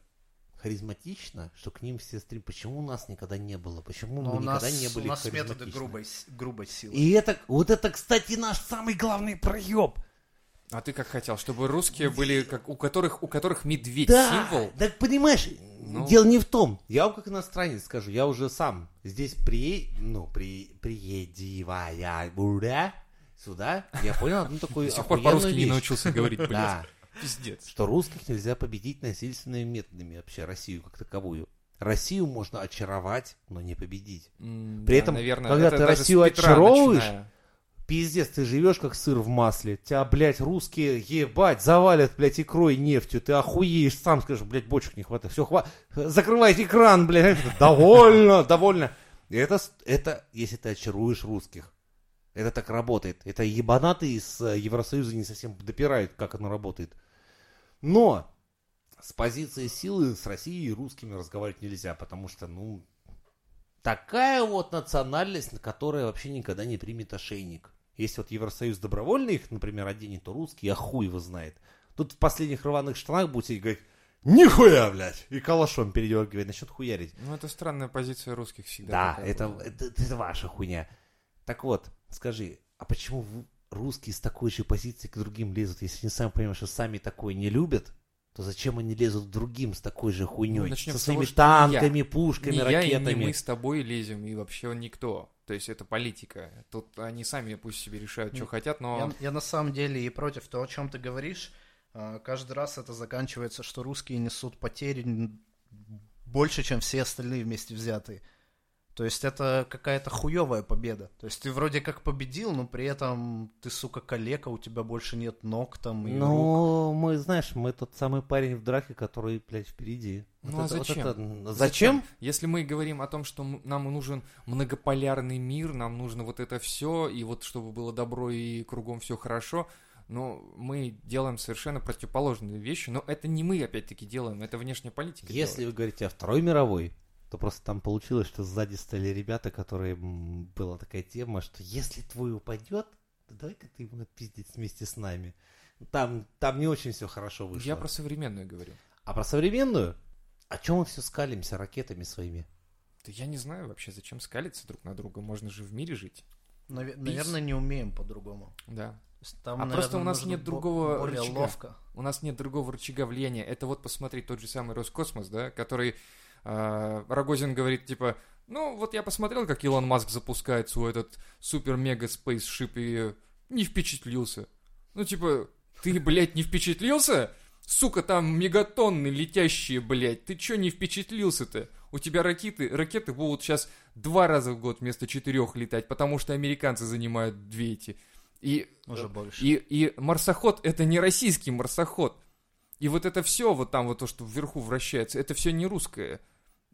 S2: харизматично, что к ним все стрим. Почему у нас никогда не было? Почему
S3: Но
S2: мы
S3: Ну, у нас,
S2: никогда не были
S3: у нас методы
S2: харизматичны?
S3: грубой, с- грубой силы.
S2: И это, вот это, кстати, наш самый главный проеб.
S1: А ты как хотел, чтобы русские были, как у которых, у которых медведь
S2: Да,
S1: символ?
S2: так понимаешь,
S1: Ну.
S2: дело не в том. Я вам как иностранец скажу, я уже сам здесь при, ну, при, приедивая буря сюда, я понял одну такую
S1: До сих пор по-русски
S2: охуенную
S1: не
S2: вещь.
S1: научился говорить, блядь.
S2: Да,
S1: Пиздец.
S2: что русских нельзя победить насильственными методами вообще, Россию как таковую. Россию можно очаровать, но не победить.
S1: М,
S2: При
S1: да,
S2: этом,
S1: наверное,
S2: когда
S1: это
S2: ты
S1: даже с
S2: Россию
S1: Петра
S2: очаровываешь,
S1: начиная.
S2: Пиздец, ты живешь как сыр в масле. Тебя, блядь, русские, ебать, завалят, блядь, икрой и нефтью. Ты охуеешь, сам скажешь, блядь, бочек не хватает. Все, хватит. Закрывайте экран, блядь. Довольно, довольно. И Это, с- это, если ты очаруешь русских. Это так работает. Это ебанаты из э, Евросоюза не совсем допирают, как оно работает. Но с позиции силы с Россией и русскими разговаривать нельзя, потому что, ну, такая вот национальность, на которая вообще никогда не примет ошейник. Если вот Евросоюз добровольно их, например, оденет, то русский, а хуй его знает. Тут в последних рваных штанах будет сидеть и говорить, нихуя, блядь, и калашом передергивает, начнет хуярить.
S1: Ну, это странная позиция русских всегда.
S2: Да,
S1: такая
S2: это,
S1: была.
S2: это, это ваша хуйня. Так вот, скажи, а почему вы- русские с такой же позиции к другим лезут, если они сами понимают, что сами такое не любят? то зачем они лезут к другим с такой же хуйней?
S1: начнем
S2: со
S1: с того,
S2: своими
S1: что не
S2: танками,
S1: Не
S2: пушками,
S1: я и не
S2: ракетами.
S1: мы с тобой лезем, и вообще никто. То есть это политика. Тут они сами пусть себе решают, что
S3: Ну,
S1: хотят,
S3: Я,
S2: А.
S1: но...
S3: я на самом деле и против того, о чем ты говоришь. А, Каждый раз это заканчивается, что русские несут потери н- больше, чем все остальные вместе взятые. То есть это какая-то хуевая победа. То есть ты вроде как победил, но при этом ты, сука, калека, у тебя больше нет ног там и рук.
S2: Ну, мы, знаешь, мы тот самый парень в драке, который, блядь, впереди.
S1: Ну,
S2: Вот
S1: а
S2: это- вот
S1: зачем?
S2: это- Зачем?
S1: Если мы говорим о том, что м- нам нужен многополярный мир, нам нужно вот это все, и вот чтобы было добро и кругом все хорошо, но мы делаем совершенно противоположные вещи, но это не мы опять-таки делаем, это внешняя политика.
S2: Если
S1: делает.
S2: вы говорите о Второй мировой, то просто там получилось, что сзади стали ребята, которые... м, Была такая тема, что если твой упадет, то давай-ка ты его отпиздить вместе с нами. Там, там не очень все хорошо вышло.
S1: Я про современную говорю.
S2: А про современную? О чем мы все скалимся ракетами своими?
S1: Да я не знаю вообще, зачем скалиться друг на друга, можно же в мире жить.
S3: Наве- наверное, не умеем по-другому.
S1: Да.
S3: То есть Там,
S1: А просто у нас
S3: нужно
S1: нет
S3: бо-
S1: другого
S3: более
S1: рычага.
S3: ловко.
S1: У нас нет другого рычага влияния. Это вот посмотри тот же самый Роскосмос, да, который э, Рогозин говорит, типа, ну вот я посмотрел, как Илон Маск запускает свой этот супер-мега-спейсшип и не впечатлился. Ну типа, ты, блядь, не впечатлился? Сука, там мегатонны летящие, блядь, ты чё не впечатлился-то? У тебя ракеты, ракеты будут сейчас два раза в год вместо четырех летать, потому что американцы занимают две эти. И
S3: Уже больше.
S1: и, и марсоход это не российский марсоход. И вот это все, вот там вот то, что вверху вращается, это все не русское.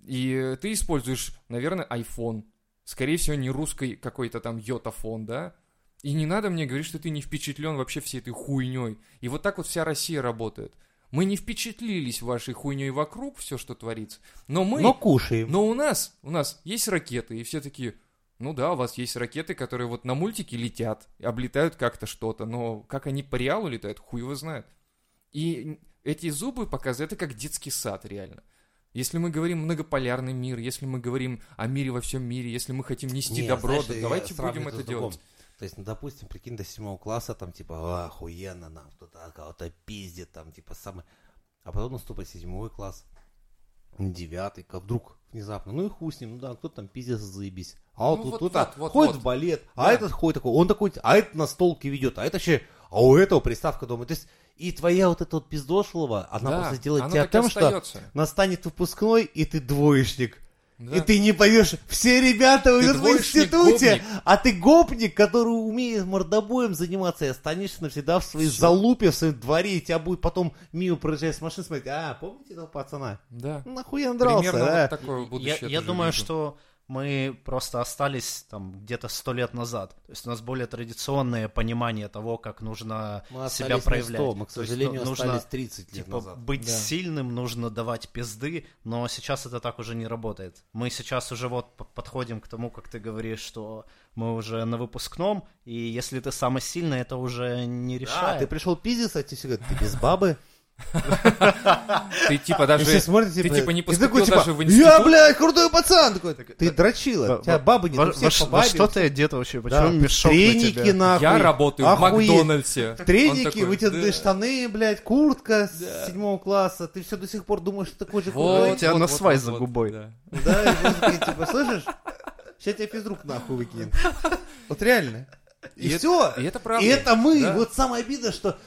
S1: И э, ты используешь, наверное, iPhone. Скорее всего, не русской какой-то там йотафон, да? И не надо мне говорить, что ты не впечатлен вообще всей этой хуйней. И вот так вот вся Россия работает. Мы не впечатлились вашей хуйней вокруг, все, что творится. Но мы...
S2: Но кушаем.
S1: Но у нас, у нас есть ракеты, и все такие, ну да, у вас есть ракеты, которые вот на мультике летят, и облетают как-то что-то, но как они по реалу летают, хуй его знает. И эти зубы показывают, это как детский сад реально. Если мы говорим многополярный мир, если мы говорим о мире во всем мире, если мы хотим нести
S2: Не,
S1: добро,
S2: знаешь,
S1: да
S2: я
S1: давайте будем
S2: сравниваю
S1: это
S2: с другом.
S1: делать.
S2: То есть, ну, допустим, прикинь, до седьмого класса, там, типа, «А, охуенно, нам кто-то а, кого-то пиздит, там, типа, самое... А потом наступает седьмой класс, девятый, как вдруг внезапно, ну и хуй с ним, ну да, кто там пиздец, заебись. А он
S1: Ну,
S2: тут,
S1: вот,
S2: тут,
S1: вот,
S2: а,
S1: вот,
S2: ходит
S1: вот.
S2: в балет,
S1: Да.
S2: а этот ходит такой, он такой, а этот на столке ведет, а это вообще, а у этого приставка дома. То есть, и твоя вот эта вот пиздошлова, она
S1: Да,
S2: просто делает
S1: оно
S2: тебя
S1: так и
S2: тем, что
S1: остается.
S2: настанет выпускной, и ты двоечник.
S1: Да.
S2: И ты не поверишь, все ребята уйдут в
S1: двоечник,
S2: институте,
S1: гопник.
S2: а ты гопник, который умеет мордобоем заниматься, и останешься навсегда в своей залупе, в своем дворе, и тебя будет потом мимо проезжать с машины смотреть, а, помните этого пацана?
S1: Да.
S2: Ну, Нахуя он дрался,
S1: Примерно
S2: да?
S1: вот такое будущее.
S3: Я, я
S1: тоже
S3: думаю,
S1: вижу.
S3: что мы просто остались там где-то сто лет назад. То есть у нас более традиционное понимание того, как нужно
S2: Мы остались
S3: себя
S2: не
S3: проявлять.
S2: 100, мы, к
S3: То есть,
S2: сожалению,
S3: ну, нужно,
S2: остались 30 лет
S3: типа,
S2: назад.
S3: быть
S1: Да.
S3: сильным, нужно давать пизды, но сейчас это так уже не работает. Мы сейчас уже вот п- подходим к тому, как ты говоришь, что мы уже на выпускном, и если ты самый сильный, это уже не
S2: Да,
S3: решает.
S2: ты пришел пиздец, а тебе все говорят, ты без бабы?
S1: Ты типа
S2: И все
S1: даже...
S2: смотрят,
S1: ты,
S2: типа,
S1: типа, не
S2: и ты такой,
S1: поступил
S2: типа,
S1: даже в
S2: Я,
S1: институт».
S2: блядь, крутой пацан! Такой, ты дрочила,
S3: Во-
S2: тебя
S3: во-
S2: бабы нет,
S3: во-
S2: мы
S3: во
S2: всех
S3: ш- во
S2: побабим,
S3: что
S2: всех-
S3: ты одета
S2: Да,
S3: вообще? Почему мешок на
S2: треники,
S3: тебя?
S2: нахуй.
S1: Я работаю в
S2: Охуеть.
S1: Макдональдсе. Он
S2: Треники,
S1: такой,
S2: вытянутые
S1: «Да».
S2: штаны, блядь, куртка с седьмого класса. Ты все до сих пор думаешь, что такой же
S1: Вот,
S3: тебя
S1: вот,
S3: на
S1: вот,
S3: свай
S1: вот,
S3: за
S1: вот,
S3: губой.
S1: да.
S2: крутой. Да, и просто такие, типа, слышишь? Сейчас тебя физрук нахуй выкинет. Вот реально. И,
S1: И это-
S2: все.
S1: и это правда.
S2: И это мы.
S1: Да.
S2: Вот самое обидное, что...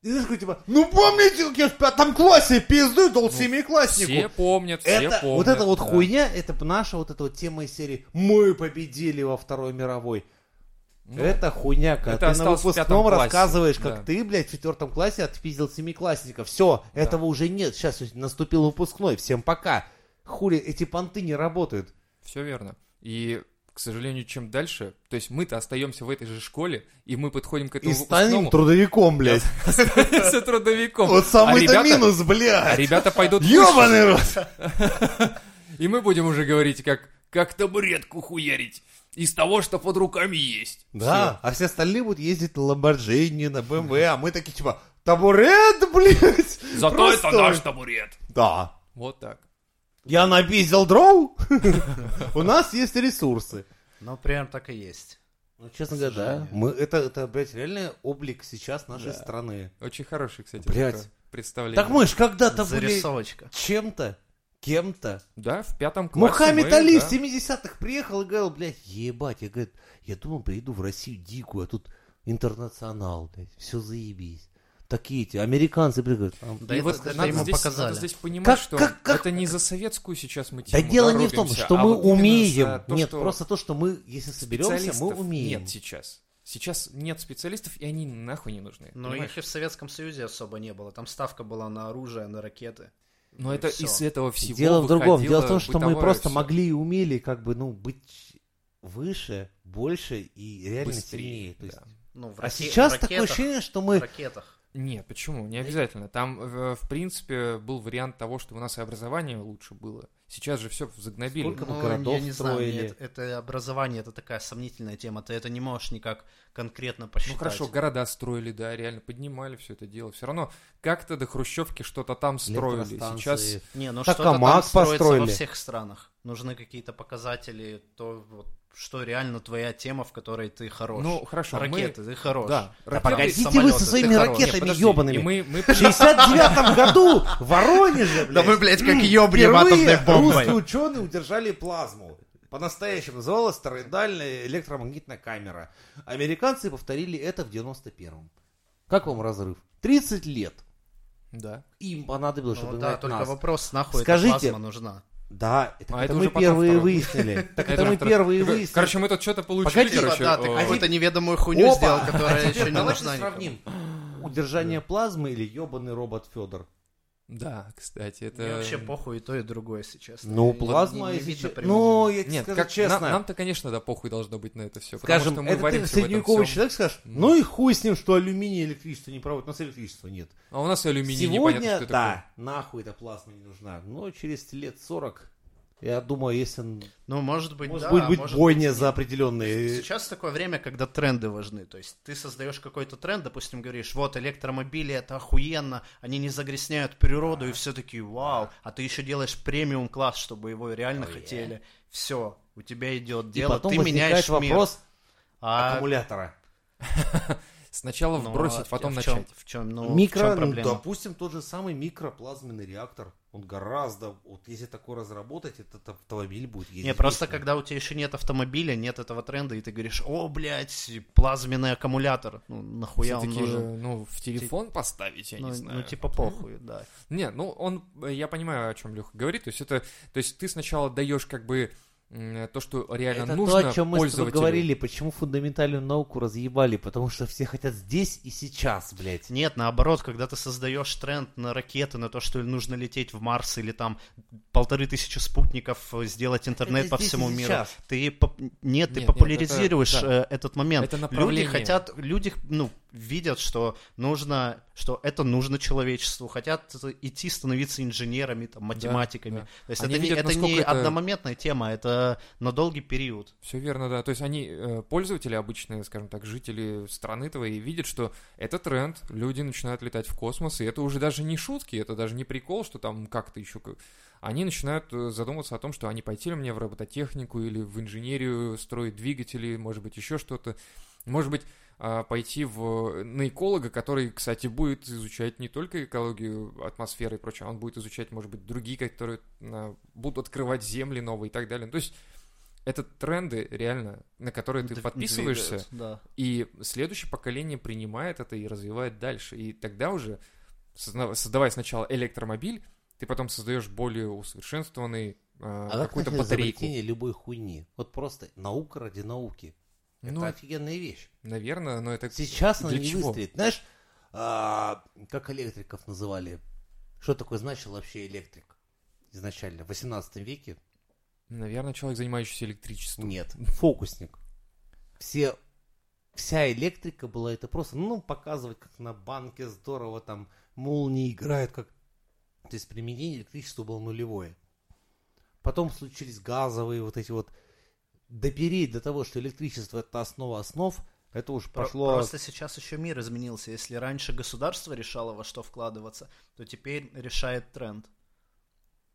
S2: И знаешь, такой, типа, ну помните, как я в пятом классе пизду дал семикласснику.
S1: Ну, Все помнят, все
S2: это,
S1: помнят.
S2: вот эта вот
S1: да.
S2: хуйня, это наша вот эта вот тема из серии «Мы победили во Второй мировой».
S1: Ну,
S2: это хуйня,
S1: это
S2: когда ты на
S1: осталось в
S2: выпускном
S1: пятом классе,
S2: рассказываешь, как
S1: да.
S2: ты, блядь, в четвертом классе отпиздил семиклассников. Все,
S1: Да.
S2: этого уже нет. Сейчас наступил выпускной. Всем пока. Хули, эти понты не работают.
S1: Все верно. И, к сожалению, чем дальше, то есть мы-то остаемся в этой же школе, и мы подходим к этому
S2: И станем
S1: выпускному,
S2: трудовиком, блядь.
S1: становимся трудовиком.
S2: Вот
S1: а
S2: самый-то
S1: ребята-
S2: минус,
S1: а
S2: блядь.
S1: Ребята пойдут выше,
S2: Ёбаный рот.
S1: и мы будем уже говорить, как, как табуретку хуярить из того, что под руками есть.
S2: Да, а все остальные будут ездить на Ламборджини, на БМВ, а мы такие типа табурет, блядь.
S1: Всё. Зато
S2: Просто-
S1: это наш табурет.
S2: Да.
S1: Вот так.
S2: Я напиздил дроу. У нас есть ресурсы.
S3: Ну, прям так и есть.
S2: Ну, честно говоря, да.
S3: сожалению.
S2: Мы, это, это, блядь, реально облик сейчас нашей страны.
S1: Очень хороший, кстати,
S2: Блядь.
S1: такое представление.
S2: Так мы ж когда-то были
S3: Зарисовочка.
S2: чем-то, кем-то.
S1: Да, в пятом классе
S2: Мухаммед
S1: мы,
S2: Али
S1: да.
S2: в 70-х приехал и говорил, блядь, ебать. Я, говорит, я думал, приеду в Россию дикую, а тут интернационал, блядь, все заебись. Такие эти, американцы, блядь, говорят, «А,
S3: Да
S1: и
S3: это-
S1: вот
S3: это
S1: надо,
S3: ему
S1: здесь,
S3: показали.
S1: надо здесь понимать,
S2: Как-
S1: что
S2: как- как-
S1: это не за советскую сейчас мы
S2: Да
S1: тему
S2: дело не в том,
S1: торопимся,
S2: что
S1: а
S2: мы
S1: вот именно за
S2: умеем.
S1: то,
S2: Нет,
S1: что
S2: просто то, что мы, если соберемся, мы
S1: специалистов
S2: умеем.
S1: нет сейчас. Сейчас нет специалистов, и они нахуй не нужны.
S3: Но
S1: понимаешь?
S3: их и в Советском Союзе особо не было. Там ставка была на оружие, на ракеты.
S1: Но Ну, это
S3: всё.
S1: из этого всего
S2: Дело в другом.
S1: выходило
S2: Дело в том, что мы
S1: бытовое
S2: просто
S1: всё.
S2: могли и умели как бы, ну, быть выше, больше и реально
S1: Быстрее,
S2: сильнее. То есть-
S1: да.
S3: Ну, в
S2: А
S3: раке-
S2: сейчас
S3: в
S2: такое
S3: ракетах-
S2: ощущение, что
S3: в
S2: мы...
S3: ракетах.
S1: Нет, почему? Не обязательно. Там, э, в принципе, был вариант того, что у нас и образование лучше было. Сейчас же все загнобили.
S2: Сколько мы
S3: Ну,
S2: городов
S3: я не знаю, мне
S2: строили.
S3: это, это образование, это такая сомнительная тема. Ты это не можешь никак конкретно посчитать.
S1: Ну хорошо, города строили, да, реально поднимали все это дело. Все равно как-то до Хрущевки что-то там строили. Сейчас
S2: электростанции.
S3: Не, ну
S2: Так
S3: что-то там
S2: Камаз
S3: строится во
S2: построили.
S3: всех странах. Нужны какие-то показатели, то вот, что реально твоя тема, в которой ты хорош.
S1: Ну, хорошо, мы-
S3: Ракеты, ты хорош.
S1: Да.
S2: Да
S1: ракеты-
S2: погодите
S3: самолеты,
S2: вы со
S3: ты
S2: своими
S3: хорош.
S1: Не,
S2: ракетами
S1: подожди,
S2: ебаными.
S1: И мы, мы
S2: В 69 году в Воронеже, блядь,
S3: блядь, как
S2: впервые русские ученые удержали плазму. По-настоящему называлась стороидальная электромагнитная камера. Американцы повторили это в 91-м. Как вам разрыв? 30 лет.
S1: Да.
S2: Им понадобилось,
S3: Ну
S2: чтобы
S3: да,
S2: поймать
S3: только
S2: нас.
S3: вопрос, нахуй
S2: Скажите-
S3: эта плазма нужна.
S2: Да, это,
S1: А
S2: это
S1: это
S2: мы
S1: уже потом
S2: первые
S1: второй.
S2: выяснили. Так это мы
S1: второй-
S2: первые
S1: Такой,
S2: выяснили.
S1: Короче, мы тут что-то получили,
S2: Погоди, э,
S1: короче.
S3: да, ты
S1: о,
S3: какую-то
S2: один-
S3: неведомую хуйню
S2: Опа!
S3: сделал, которая
S2: Теперь
S3: еще не
S2: давайте
S3: нужна никому.
S2: сравним. Удержание плазмы или ебаный робот Федор?
S1: Да, кстати, это...
S3: Мне вообще похуй и то, и другое, если честно.
S2: Э, Ну,
S3: Не-
S2: плазма,
S3: не- не
S2: если
S3: видно
S2: че-
S3: применения.
S2: Ну, я тебе
S1: Нет,
S2: скажу
S1: как,
S2: честно.
S1: нам, то конечно, да, похуй должно быть на это все. потому
S2: Скажем,
S1: что мы
S2: это ты
S1: варимся в этом
S2: средневековый
S1: всём.
S2: человек скажешь, ну и хуй с ним, что алюминий и электричество не проводит, у нас электричества нет.
S1: А у нас алюминий, непонятно,
S2: Сегодня,
S1: что такое.
S2: да, нахуй эта плазма не нужна, но через лет 40, я думаю, если... н-
S3: Ну, может быть,
S2: Может
S3: да,
S2: быть, быть
S3: может
S2: бойня
S3: быть,
S2: за Э.
S3: нет.
S2: определенные...
S3: Сейчас такое время, когда тренды важны. То есть ты создаешь какой-то тренд, допустим, говоришь, вот электромобили это охуенно, они не загрязняют природу, и все такие, вау, а ты еще делаешь премиум класс, чтобы его реально
S2: Oh, yeah.
S3: хотели. Все, у тебя идет
S2: И
S3: дело,
S2: потом
S3: ты
S2: возникает
S3: меняешь мир.
S2: вопрос
S3: А,
S2: аккумулятора.
S1: Сначала
S3: ну,
S1: вбросить,
S3: а
S1: потом
S3: в чём-
S1: начать.
S3: В чем, ну, в
S2: Микро,
S3: чём
S2: ну,
S3: проблема?
S2: допустим, тот же самый микроплазменный реактор. Он гораздо, вот если такой разработать, этот автомобиль будет ездить.
S3: Не, просто
S2: вечно.
S3: когда у тебя еще нет автомобиля, нет этого тренда, и ты говоришь, о, блядь, плазменный аккумулятор, ну, нахуя он
S1: Всё-таки,
S3: нужен?
S1: э, ну, в телефон поставить, я
S3: Ну,
S1: не
S3: ну,
S1: знаю.
S3: типа похуй, да.
S1: Не, ну он, э, я понимаю, о чем Леха говорит. То есть это, то есть ты сначала даешь как бы м, то, что реально
S2: Это
S1: нужно
S2: то, о чем мы с тобой
S1: пользователю.
S2: говорили, почему фундаментальную науку разъебали, потому что все хотят здесь и сейчас, блядь.
S3: Нет, наоборот, когда ты создаешь тренд на ракеты, на то, что нужно лететь в Марс или там полторы тысячи спутников, э, сделать интернет
S2: Это
S3: по
S2: здесь
S3: всему
S2: и
S3: миру.
S2: сейчас.
S3: Ты поп- нет,
S1: Нет,
S3: ты
S1: нет,
S3: популяризируешь
S1: это- да.
S3: э, этот момент.
S1: Это
S3: люди
S1: направление.
S3: хотят, люди ну видят, что нужно, что это нужно человечеству, хотят идти становиться инженерами, там, математиками.
S1: да.
S3: То есть
S1: Они
S3: это,
S1: видят,
S3: не, это не
S1: насколько это-
S3: одномоментная тема, это на долгий период.
S1: Все верно, да. То есть они, э, пользователи обычные, скажем так, жители страны твоей, видят, что это тренд, люди начинают летать в космос, и это уже даже не шутки, это даже не прикол, что там как-то еще... как- Они начинают э, задумываться о том, что они пойти ли мне в робототехнику или в инженерию строить двигатели, может быть, еще что-то. Может быть, а, пойти в, на эколога, который, кстати, будет изучать не только экологию атмосферы и прочее, а он будет изучать, может быть, другие, которые а, будут открывать земли новые и так далее. Ну, То есть это тренды реально, на которые ты
S3: Дв-
S1: подписываешься,
S3: двигают, Да.
S1: и следующее поколение принимает это и развивает дальше. И тогда уже, созна- создавая сначала электромобиль, ты потом создаешь более усовершенствованный а,
S2: А
S1: какую-то
S2: как насчет
S1: батарейку.
S2: изобретения любой хуйни? Вот просто наука ради науки.
S1: Ну,
S2: это офигенная вещь.
S1: наверное, но это...
S2: Сейчас она
S1: для
S2: не
S1: чего?
S2: выстрелит. Знаешь, а, как электриков называли? Что такое значил вообще электрик? Изначально, в 18 веке?
S1: Наверное, человек, занимающийся электричеством.
S2: Нет, фокусник. Все, вся электрика была это просто, ну, показывать, как на банке здорово там молнии играют, как... То есть применение электричества было нулевое. Потом случились газовые вот эти вот... Допереть до того, что электричество это основа основ, это уж
S3: Про-
S2: пошло...
S3: Просто сейчас еще мир изменился. Если раньше государство решало во что вкладываться, то теперь решает тренд.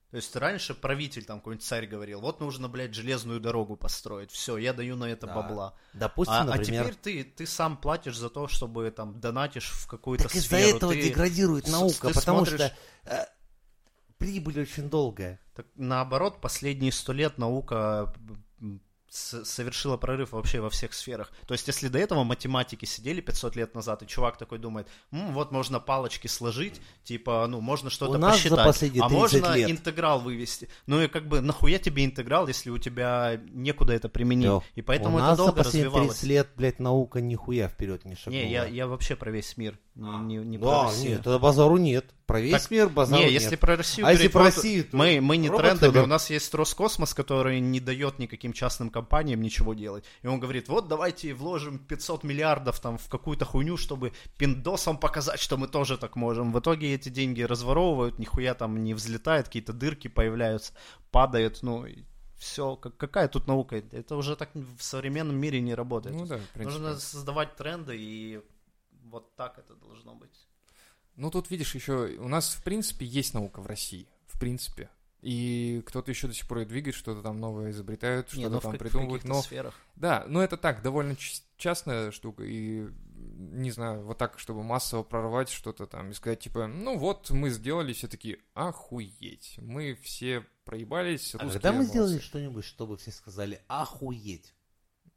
S3: То есть раньше правитель, там какой-нибудь царь говорил, вот нужно, блядь, железную дорогу построить, все, я даю на это
S2: Да.
S3: бабла.
S2: Допустим,
S3: а, а
S2: например...
S3: теперь ты, ты сам платишь за то, чтобы там донатишь в какую-то
S2: Так из-за
S3: сферу.
S2: этого
S3: ты-
S2: деградирует
S3: с-
S2: наука,
S3: ты
S2: потому
S3: смотришь-
S2: что э, прибыль очень долгая.
S3: Так, наоборот, последние сто лет наука м, с- совершила прорыв вообще во всех сферах. То есть, если до этого математики сидели 500 лет назад, и чувак такой думает, «М, вот можно палочки сложить, типа, ну, можно что-то
S2: У нас за
S3: посчитать,
S2: последние
S3: а
S2: 30
S3: можно
S2: лет».
S3: интеграл вывести. Ну и как бы, нахуя тебе интеграл, если у тебя некуда это применить?
S2: Всё.
S3: И поэтому
S2: У
S3: это
S2: нас за
S3: долго
S2: последние 30
S3: развивалось.
S2: лет, блядь, наука нихуя вперед не шагнула.
S3: Не, я, я вообще про весь мир. Не, не про
S2: Да,
S3: Россию.
S2: нет, это базару нет. Про весь
S3: Так,
S2: мир базару
S3: не,
S2: нет.
S3: если про Россию
S2: А если
S3: говорить,
S2: про
S3: вот
S2: Россию, то
S3: мы, мы не
S2: робот
S3: трендами,
S2: Федор.
S3: у нас есть Роскосмос, который не дает никаким частным компаниям ничего делать. И он говорит, вот давайте вложим 500 миллиардов там в какую-то хуйню, чтобы пиндосам показать, что мы тоже так можем. В итоге эти деньги разворовывают, нихуя там не взлетает, какие-то дырки появляются, падают, ну все, какая тут наука? Это уже так в современном мире не работает.
S1: Ну да, в принципе.
S3: Нужно создавать тренды и вот так это должно быть.
S1: Ну, тут, видишь, еще у нас, в принципе, есть наука в России. В принципе. И кто-то еще до сих пор ее двигает, что-то там новое изобретают,
S3: Не,
S1: что-то
S3: ну, в
S1: там
S3: как- в
S1: придумывают.
S3: каких-то
S1: Но
S3: сферах.
S1: да, но это так, довольно ч- частная штука. И не знаю, вот так, чтобы массово прорвать что-то там и сказать, типа, ну вот, мы сделали все такие, охуеть. Мы все проебались.
S2: А
S1: русские
S2: когда мы
S1: молодцы».
S2: сделали что-нибудь, чтобы все сказали «охуеть»?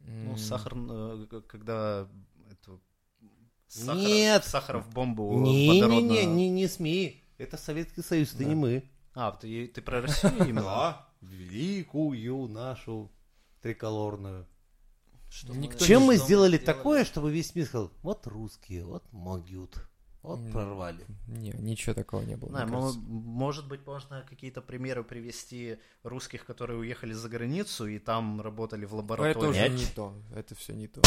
S1: М,
S3: Ну, сахар, э, к- когда эту... сахар-
S2: Нет.
S3: Сахар в бомбу водородную.
S2: Не-не-не, не, не СМИ. Это Советский Союз, это
S1: Да.
S2: не мы.
S3: А, ты, ты про Россию именно?
S2: Да, великую нашу триколорную.
S3: Что
S1: Никто
S3: мы-
S1: не
S2: Чем
S3: что
S2: мы сделали
S3: сделали?
S2: такое, чтобы весь мир сказал «вот русские, вот могют». Вот
S1: М.
S2: прорвали.
S1: Не, ничего такого не было.
S3: Не знаю,
S1: мне
S3: мо-
S1: кажется.
S3: может быть, можно какие-то примеры привести русских, которые уехали за границу и там работали в
S1: Но это
S3: лаборатории.
S1: уже
S2: Блять.
S1: не то. Это все не то.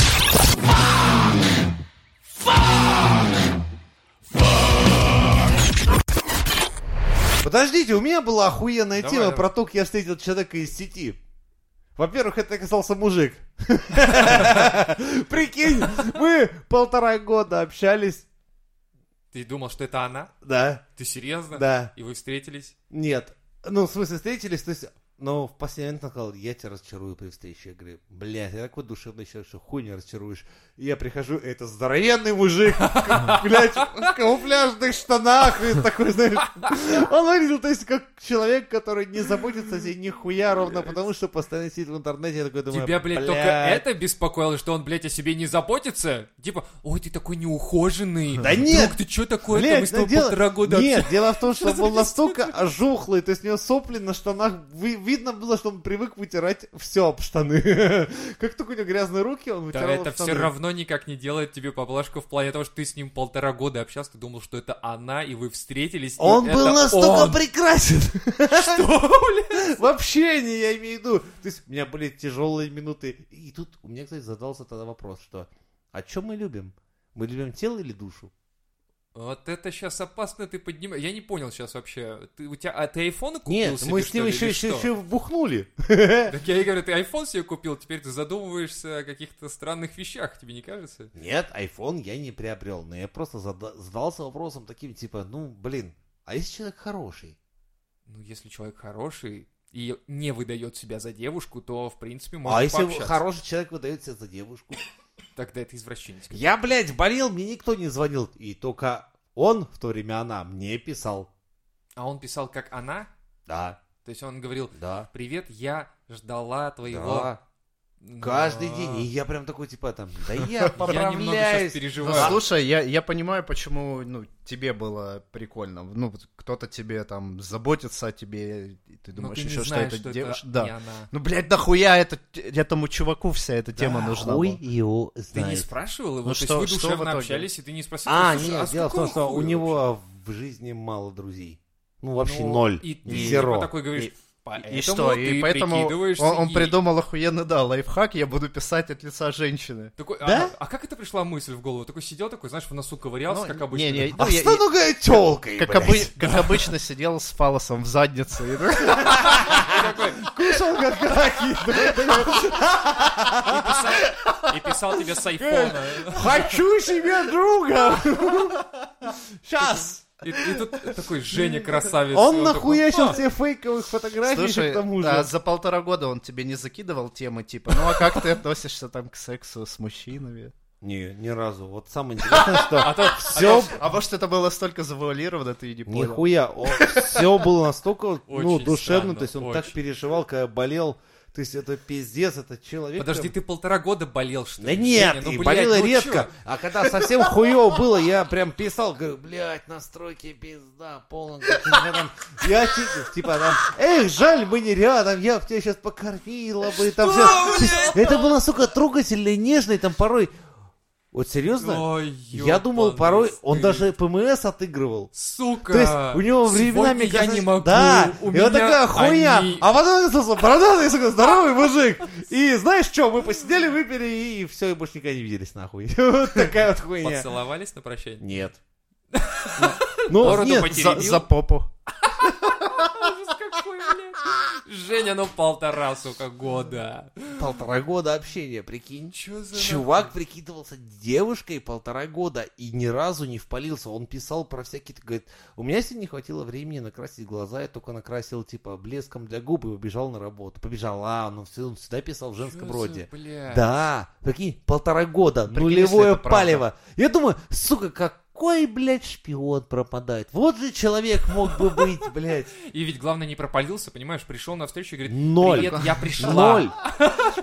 S2: Подождите, у меня была охуенная
S1: Давай,
S2: тема
S1: давай.
S2: про то, как я встретил человека из сети. Во-первых, это оказался мужик. Прикинь, мы полтора года общались.
S1: Ты думал, что это она?
S2: Да,
S1: Ты серьезно?
S2: да,
S1: И вы встретились?
S2: нет. Ну, в смысле, встретились, то есть... Но в последний момент он сказал, я тебя разочарую при встрече. Я говорю, блядь, я такой душевный человек, что хуй не разочаруешь. И я прихожу, и это здоровенный мужик, как, блядь, в камуфляжных штанах, и такой, знаешь, Он выглядел, то есть, как человек, который не заботится о себе нихуя, ровно потому, что постоянно сидит в интернете. Я такой думаю,
S1: Тебя, блядь, только это беспокоило, что он, блядь, о себе не заботится? Типа, ой, ты такой неухоженный.
S2: Да нет!
S1: Друг, ты чё такое?
S2: Блядь,
S1: Мы с тобой
S2: да дело-
S1: полтора года
S2: Нет, дело в том, что он был настолько ожухлый, то есть у него сопли на штанах, вы- видно было, что он привык вытирать все об штаны. Как только у него грязные руки, он
S1: Да,
S2: вытирал об
S1: это
S2: штаны.
S1: все равно никак не делает тебе поблажку в плане того, что ты с ним полтора года общался, ты думал, что это она, и вы встретились. и
S2: Он
S1: это
S2: был настолько
S1: он.
S2: прекрасен.
S1: Что, бля?
S2: Вообще не я имею в виду. То есть у меня были тяжелые минуты. И тут у меня, кстати, задался тогда вопрос, что о чем мы любим? Мы любим тело или душу?
S1: Вот это сейчас опасно, ты поднимаешь. Я не понял сейчас вообще. Ты, у тебя, а ты айфон купил
S2: Нет,
S1: себе,
S2: мы с
S1: что
S2: ним
S1: ли,
S2: еще,
S1: или
S2: еще,
S1: что?
S2: еще вбухнули.
S1: Так я и говорю, ты айфон себе купил, теперь ты задумываешься о каких-то странных вещах, тебе не кажется?
S2: Нет, iPhone я не приобрел, но я просто зада- задался вопросом таким, типа, ну, блин, а если человек хороший?
S1: Ну, если человек хороший и не выдает себя за девушку, то, в принципе,
S2: а
S1: можно
S2: если
S1: пообщаться.
S2: хороший человек выдает себя за девушку?
S1: Тогда это извращенец.
S2: Я, блядь, болел, мне никто не звонил. И только он, в то время она, мне писал.
S1: А он писал, как она,
S2: Да,
S1: то есть он говорил,
S2: да,
S1: привет, я ждала твоего...
S2: да. Каждый день. И я прям такой, типа, там, да я
S1: Я немного сейчас
S2: поправляюсь.
S3: Ну,
S1: переживаю.
S3: слушай, я, я понимаю, почему ну, тебе было прикольно. Ну, вот кто-то тебе там заботится о тебе, и ты
S1: Но
S3: думаешь
S1: Ну, ты не
S3: еще, что
S1: знаешь,
S3: это
S1: что
S3: девушка.
S1: это
S3: Да.
S1: не она.
S3: Ну, блядь, дохуя это, этому чуваку вся эта тема
S2: Да,
S3: нужна
S2: А хуй
S3: была?
S2: его
S1: Ты не
S2: знает.
S1: спрашивал его, то
S3: Ну
S1: есть
S3: что-
S1: вы
S3: что в
S1: душевно
S3: итоге?
S1: общались, и ты не спросил,
S2: А,
S1: «Слушай,
S2: нет,
S1: с
S2: дело в том,
S1: какого
S2: что у
S1: хуя
S2: него в жизни мало друзей. Ну,
S1: вообще?»
S2: вообще
S1: Ну,
S2: ноль.
S1: И ты типа
S2: Зеро.
S1: такой говоришь,
S3: И-
S1: поэтому
S3: И что?
S1: ты
S3: И поэтому он,
S1: прикидываешься
S3: он
S1: и-
S3: придумал охуенно, да, лайфхак, я буду писать от лица женщины.
S1: Такой, а-
S2: Да?
S1: а, как это пришла мысль в голову? Такой сидел, такой, знаешь, в носу ковырялся,
S3: Ну,
S1: как обычно.
S3: не-не,
S1: такой,
S2: А
S3: Ну, я-
S2: что
S3: я-
S2: другая тёлка,
S3: Как,
S2: блядь?
S3: обы- как обычно сидел с фалосом в заднице. И-
S1: такой,
S2: Кушал как раки.
S1: и писал- и писал тебе с айфона.
S2: Хочу себе друга. Сейчас.
S1: И, и тут такой Женя красавец.
S2: Он
S1: сейчас
S2: нахуячил все фейковых фотографий ещё
S3: Слушай,
S2: к тому же.
S3: а за полтора года он тебе не закидывал темы, типа, ну а как ты относишься там к сексу с мужчинами?
S2: Не, ни разу. Вот самое интересное, что
S1: А то
S2: все
S3: А может это было столько завуалировано, ты и не понял.
S2: Нихуя, все было настолько ну,
S1: Очень
S2: душевно,
S1: странно,
S2: то есть он
S1: очень.
S2: так переживал, когда болел, то есть это пиздец, это человек.
S1: Подожди,
S2: прям-
S1: ты полтора года болел, что ли?
S2: Да нет,
S1: Женя? Ну,
S2: и
S1: блядь,
S2: болело
S1: ну
S2: редко.
S1: чё?
S2: А когда совсем хуево было, я прям писал, говорю, блядь, настройки пизда, полный. говно». Я там- Я ти- типа там, эх, жаль, мы не рядом, я бы тебя сейчас покормила бы. Там всё. То есть Это было настолько трогательно и нежно, и там порой... Вот серьезно,
S1: Ой,
S2: я думал
S1: ёбаный
S2: порой, он
S1: стыд.
S2: даже ПМС отыгрывал.
S1: Сука!
S2: То есть у него
S1: сегодня
S2: временами
S1: я
S2: казалось-
S1: не могу.
S2: Да,
S1: у
S2: и
S1: меня
S2: вот такая хуйня.
S1: они-
S2: А потом оказался бородатый, сука, здоровый мужик. И знаешь что, мы посидели, выпили, и все, и больше никогда не виделись, нахуй. Вот такая вот хуйня.
S1: Поцеловались на прощание?
S2: Нет. Ну,
S1: Бороду
S2: нет,
S1: потерял.
S3: За, за попу.
S1: Ужас какой, блядь. Женя, ну полтора, сука, года.
S2: полтора года общения, прикинь.
S1: Чё за...
S2: Чувак прикидывался девушкой полтора года и ни разу не впалился. Он писал про всякие... Говорит, у меня сегодня не хватило времени накрасить глаза, я только накрасил, типа, блеском для губ и убежал на работу. Побежал, а, ну, всё- он всегда писал в
S1: нах- Чё
S2: женском
S1: за,
S2: роде.
S1: блядь?
S2: Да, прикинь, полтора года,
S3: Прикинь, если
S2: нулевое
S3: это правда.
S2: палево. Я думаю, сука, какой, блядь, шпион пропадает. Вот же человек мог бы быть, блядь.
S1: И ведь главное не пропалился, понимаешь, пришел на встречу и говорит,
S2: Ноль.
S1: привет, я пришла.
S2: Ноль.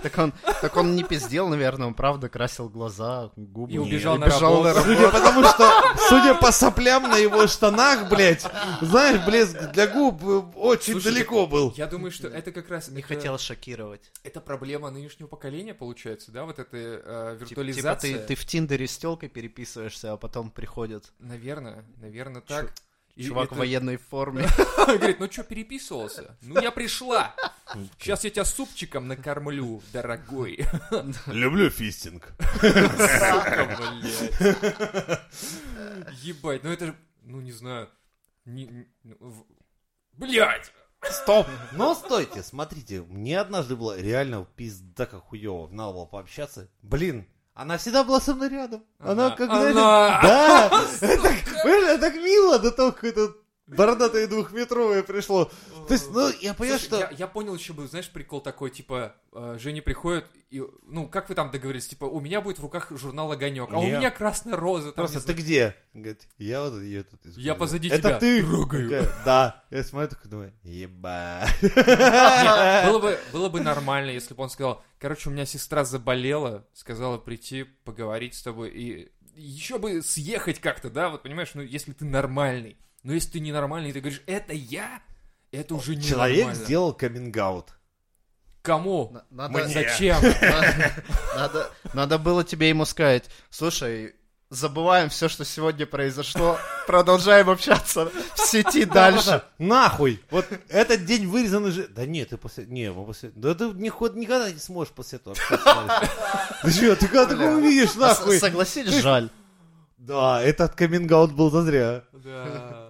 S3: Так он, так он не пиздел, наверное, он правда красил глаза, губы.
S1: И убежал
S3: И
S1: на
S3: бежал
S1: работу.
S2: Судя потому что, судя по соплям на его штанах, блядь, знаешь, блеск для губ э, очень
S1: Слушай,
S2: далеко был.
S1: Я думаю, что это как раз...
S3: Не
S1: это-
S3: хотел шокировать.
S1: Это проблема нынешнего поколения, получается, да? Вот эта э,
S3: Типа
S1: виртуализация.
S3: ты, ты в Тиндере с телкой переписываешься, а потом происходит.
S1: Наверное, наверное, так. И
S3: Чувак
S1: это-
S3: в военной форме.
S1: Говорит, ну что, переписывался? Ну я пришла. Сейчас я тебя супчиком накормлю, дорогой.
S2: Люблю фистинг.
S1: Сука, блядь. Ебать, ну это же, ну не знаю. не- не- ну, в- Блядь!
S2: Стоп! Но стойте, смотрите, мне однажды было реально пизда как хуёво. Надо было пообщаться. Блин, она всегда была со мной рядом. Она
S1: Она-
S2: как
S1: она-
S2: знаете, Да! Это, блин, это так мило до того, как это бородатое двухметровое пришло. То есть, ну, я понимаю,
S1: Слушай,
S2: что...
S1: я, я понял еще бы, знаешь, прикол такой, типа, э, Женя приходит, и, ну, как вы там договорились, типа, у меня будет в руках журнал «Огонек», а у
S2: Не.
S1: меня «Красная роза», там,
S2: Просто
S1: не
S2: ты где? Говорит, я вот ее тут
S1: Я
S2: использую».
S1: позади
S2: это
S1: тебя.
S2: ты?
S1: Трогаю.
S2: Такая, Да. Я смотрю, такой думаю, ебать.
S1: знаю. было, бы, было бы нормально, если бы он сказал, короче, у меня сестра заболела, сказала прийти, поговорить с тобой, и еще бы съехать как-то, да, вот понимаешь, ну, если ты нормальный, но если ты ненормальный, и ты говоришь, это я, это уже не
S2: Человек сделал каминг-аут.
S1: Кому?
S3: На- Надо
S2: Мне.
S1: Зачем?
S3: Надо- Надо, надо было тебе ему сказать, слушай, забываем все, что сегодня произошло, продолжаем общаться в сети дальше.
S2: Просто Нахуй! Вот этот день вырезан же. Да нет, ты после. Не, мы после. Да ты ни ход никогда не сможешь после этого общаться. Ты чё, ты когда такое увидишь,
S3: А с-
S2: нахуй?
S3: Согласись, жаль.
S2: Да, этот каминг-аут был зазря.
S1: Да.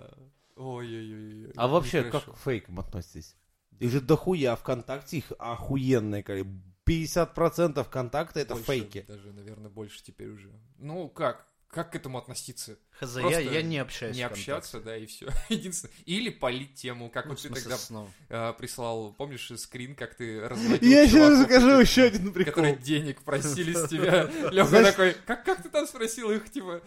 S1: Ой-ой-ой.
S2: А вообще, как
S1: Нехорошо.
S2: к фейкам относитесь? Их же дохуя ВКонтакте, их охуенное, как 50% контакта это
S1: Больше,
S2: фейки.
S1: Даже, наверное, больше теперь уже. Ну, как? Как к этому относиться?
S3: Хз,
S1: Просто
S3: я, я не общаюсь.
S1: Не
S3: в ВКонтакте.
S1: общаться, да, и все. Единственное. Или полить тему, как
S3: Ну,
S1: вот
S3: в
S1: ты
S3: смысле,
S1: тогда
S3: снова.
S1: э, прислал, помнишь, скрин, как ты разводил
S2: Я сейчас
S1: чуваков,
S2: расскажу
S1: которые-
S2: еще один прикол.
S1: Которые денег просили с тебя. Лёха
S2: Знаешь-
S1: такой, как, как ты там спросил их, типа,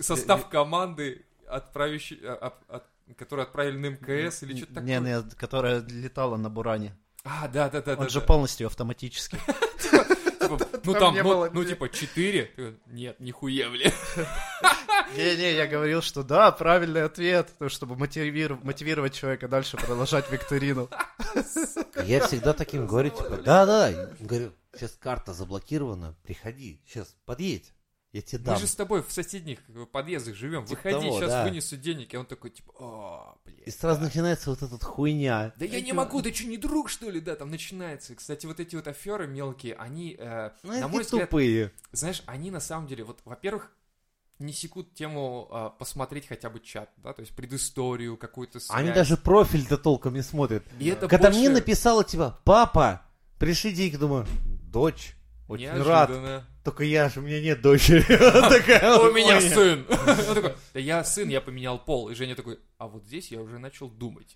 S1: состав команды, отправящий, а, а, от- который отправили на МКС или что-то такое?
S3: Не, не, которая летала на Буране.
S1: А, да-да-да.
S3: Он же полностью автоматически.
S1: Типа, ну
S3: Там
S1: там,
S3: не
S1: ну,
S3: было
S1: ну,
S3: где.
S1: типа, 4. Нет, нихуя, бля.
S3: Не-не, я говорил, что да, правильный ответ, ну, чтобы мотивир- мотивировать человека дальше продолжать викторину.
S2: Я всегда таким говорю, типа, да-да, говорю, сейчас карта заблокирована, приходи, сейчас подъедь, я тебе
S1: Мы
S2: дам.
S1: же с тобой в соседних как бы, подъездах живем.
S2: Типа
S1: Выходи,
S2: того,
S1: сейчас
S2: да.
S1: вынесу денег. И он такой, типа, о,
S2: И
S1: блядь.
S2: сразу начинается вот эта хуйня.
S1: Да я не могу, ты что, не друг, что ли? Да, там начинается. Кстати, вот эти вот аферы мелкие, они, э,
S2: Ну,
S1: на
S2: это
S1: мой взгляд,
S2: тупые.
S1: знаешь, они на самом деле, вот, во-первых, не секут тему э, посмотреть хотя бы чат, да, то есть предысторию какую-то связь.
S2: Они даже профиль-то толком не смотрят.
S1: И это
S2: Когда
S1: больше
S2: мне написала, типа, папа, пришли деньги, думаю, дочь, очень рад.
S1: неожиданно.
S2: Только я же, у меня нет дочери. Такая
S1: У
S2: вот
S1: меня
S2: хуйня.
S1: сын. Он такой, «Да я сын, я поменял пол. И Женя такой, а вот здесь я уже начал думать.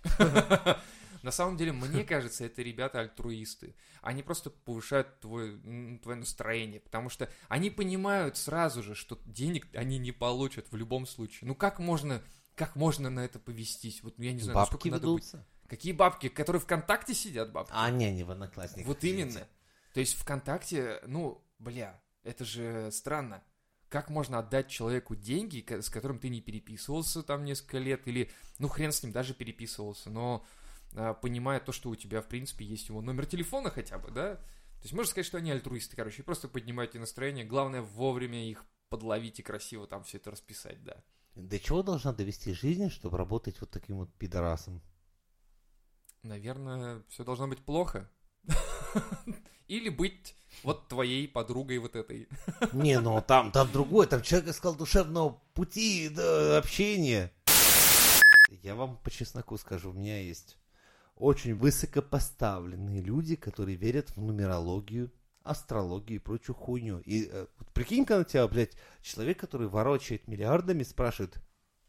S1: На самом деле, мне кажется, это ребята альтруисты. Они просто повышают твой, м, твое настроение, потому что они понимают сразу же, что денег они не получат в любом случае. Ну как можно, как можно на это повестись? Вот ну, я не знаю,
S2: Бабки
S1: насколько надо быть.
S2: ведутся.
S1: Какие бабки, которые ВКонтакте сидят, бабки?
S2: А, не, не в одноклассниках.
S1: Вот именно. То есть ВКонтакте, ну, бля, это же странно. Как можно отдать человеку деньги, ко- с которым ты не переписывался там несколько лет, или, ну, хрен с ним, даже переписывался, но а, понимая то, что у тебя, в принципе, есть его номер телефона хотя бы, да? То есть можно сказать, что они альтруисты, короче, и просто поднимайте настроение. Главное, вовремя их подловить и красиво там все это расписать, да.
S2: До чего должна довести жизнь, чтобы работать вот таким вот пидорасом?
S1: Наверное, все должно быть плохо. Или быть вот твоей подругой вот этой.
S2: Не, ну там, там другое, там человек искал душевного пути да, общения. Я вам по чесноку скажу, у меня есть очень высокопоставленные люди, которые верят в нумерологию, астрологию и прочую хуйню. И э, вот прикинь-ка на тебя, блядь, человек, который ворочает миллиардами, спрашивает,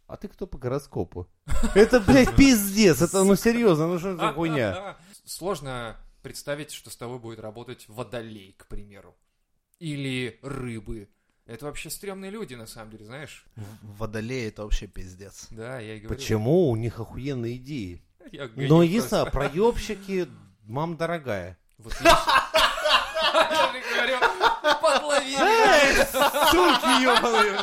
S2: а ты кто по гороскопу? Это, блядь, пиздец, это, ну серьезно, ну что за хуйня?
S1: Сложно представить, что с тобой будет работать водолей, к примеру. Или рыбы. Это вообще стрёмные люди, на самом деле, знаешь?
S3: Водолей это вообще пиздец.
S1: Да, я и говорю.
S2: Почему у них охуенные идеи?
S1: Я гоню
S2: Ну,
S1: просто.
S2: единственное, проебщики, мам дорогая.
S1: Вот видишь? Я же говорю, подловили.
S2: Суки ебаные,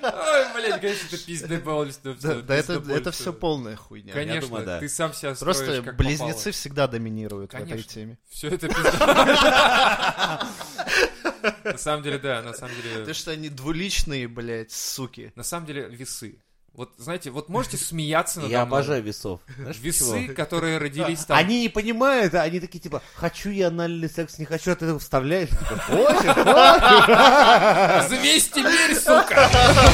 S2: блядь.
S1: Ой, блядь, конечно, это пиздобольство.
S3: Да, да это, это все
S1: полное.
S3: полная хуйня.
S1: Конечно,
S2: думаю, да.
S1: ты сам себя строишь,
S3: Просто
S1: как
S3: близнецы всегда доминируют в этой
S1: Конечно.
S3: теме.
S1: Все это пизда. На самом деле, да, на самом
S3: Потому
S1: деле...
S3: что они двуличные, блядь, суки.
S1: На самом деле, весы. Вот, знаете, вот можете смеяться надо
S2: Я
S1: мной.
S2: обожаю весов. Знаешь,
S1: Ну Весы,
S2: почему?
S1: которые родились там.
S2: Они не понимают, а они такие типа, хочу я анальный секс, не хочу, а ты вставляешь, типа, хочешь, хочешь.
S1: Взвесь теперь, сука!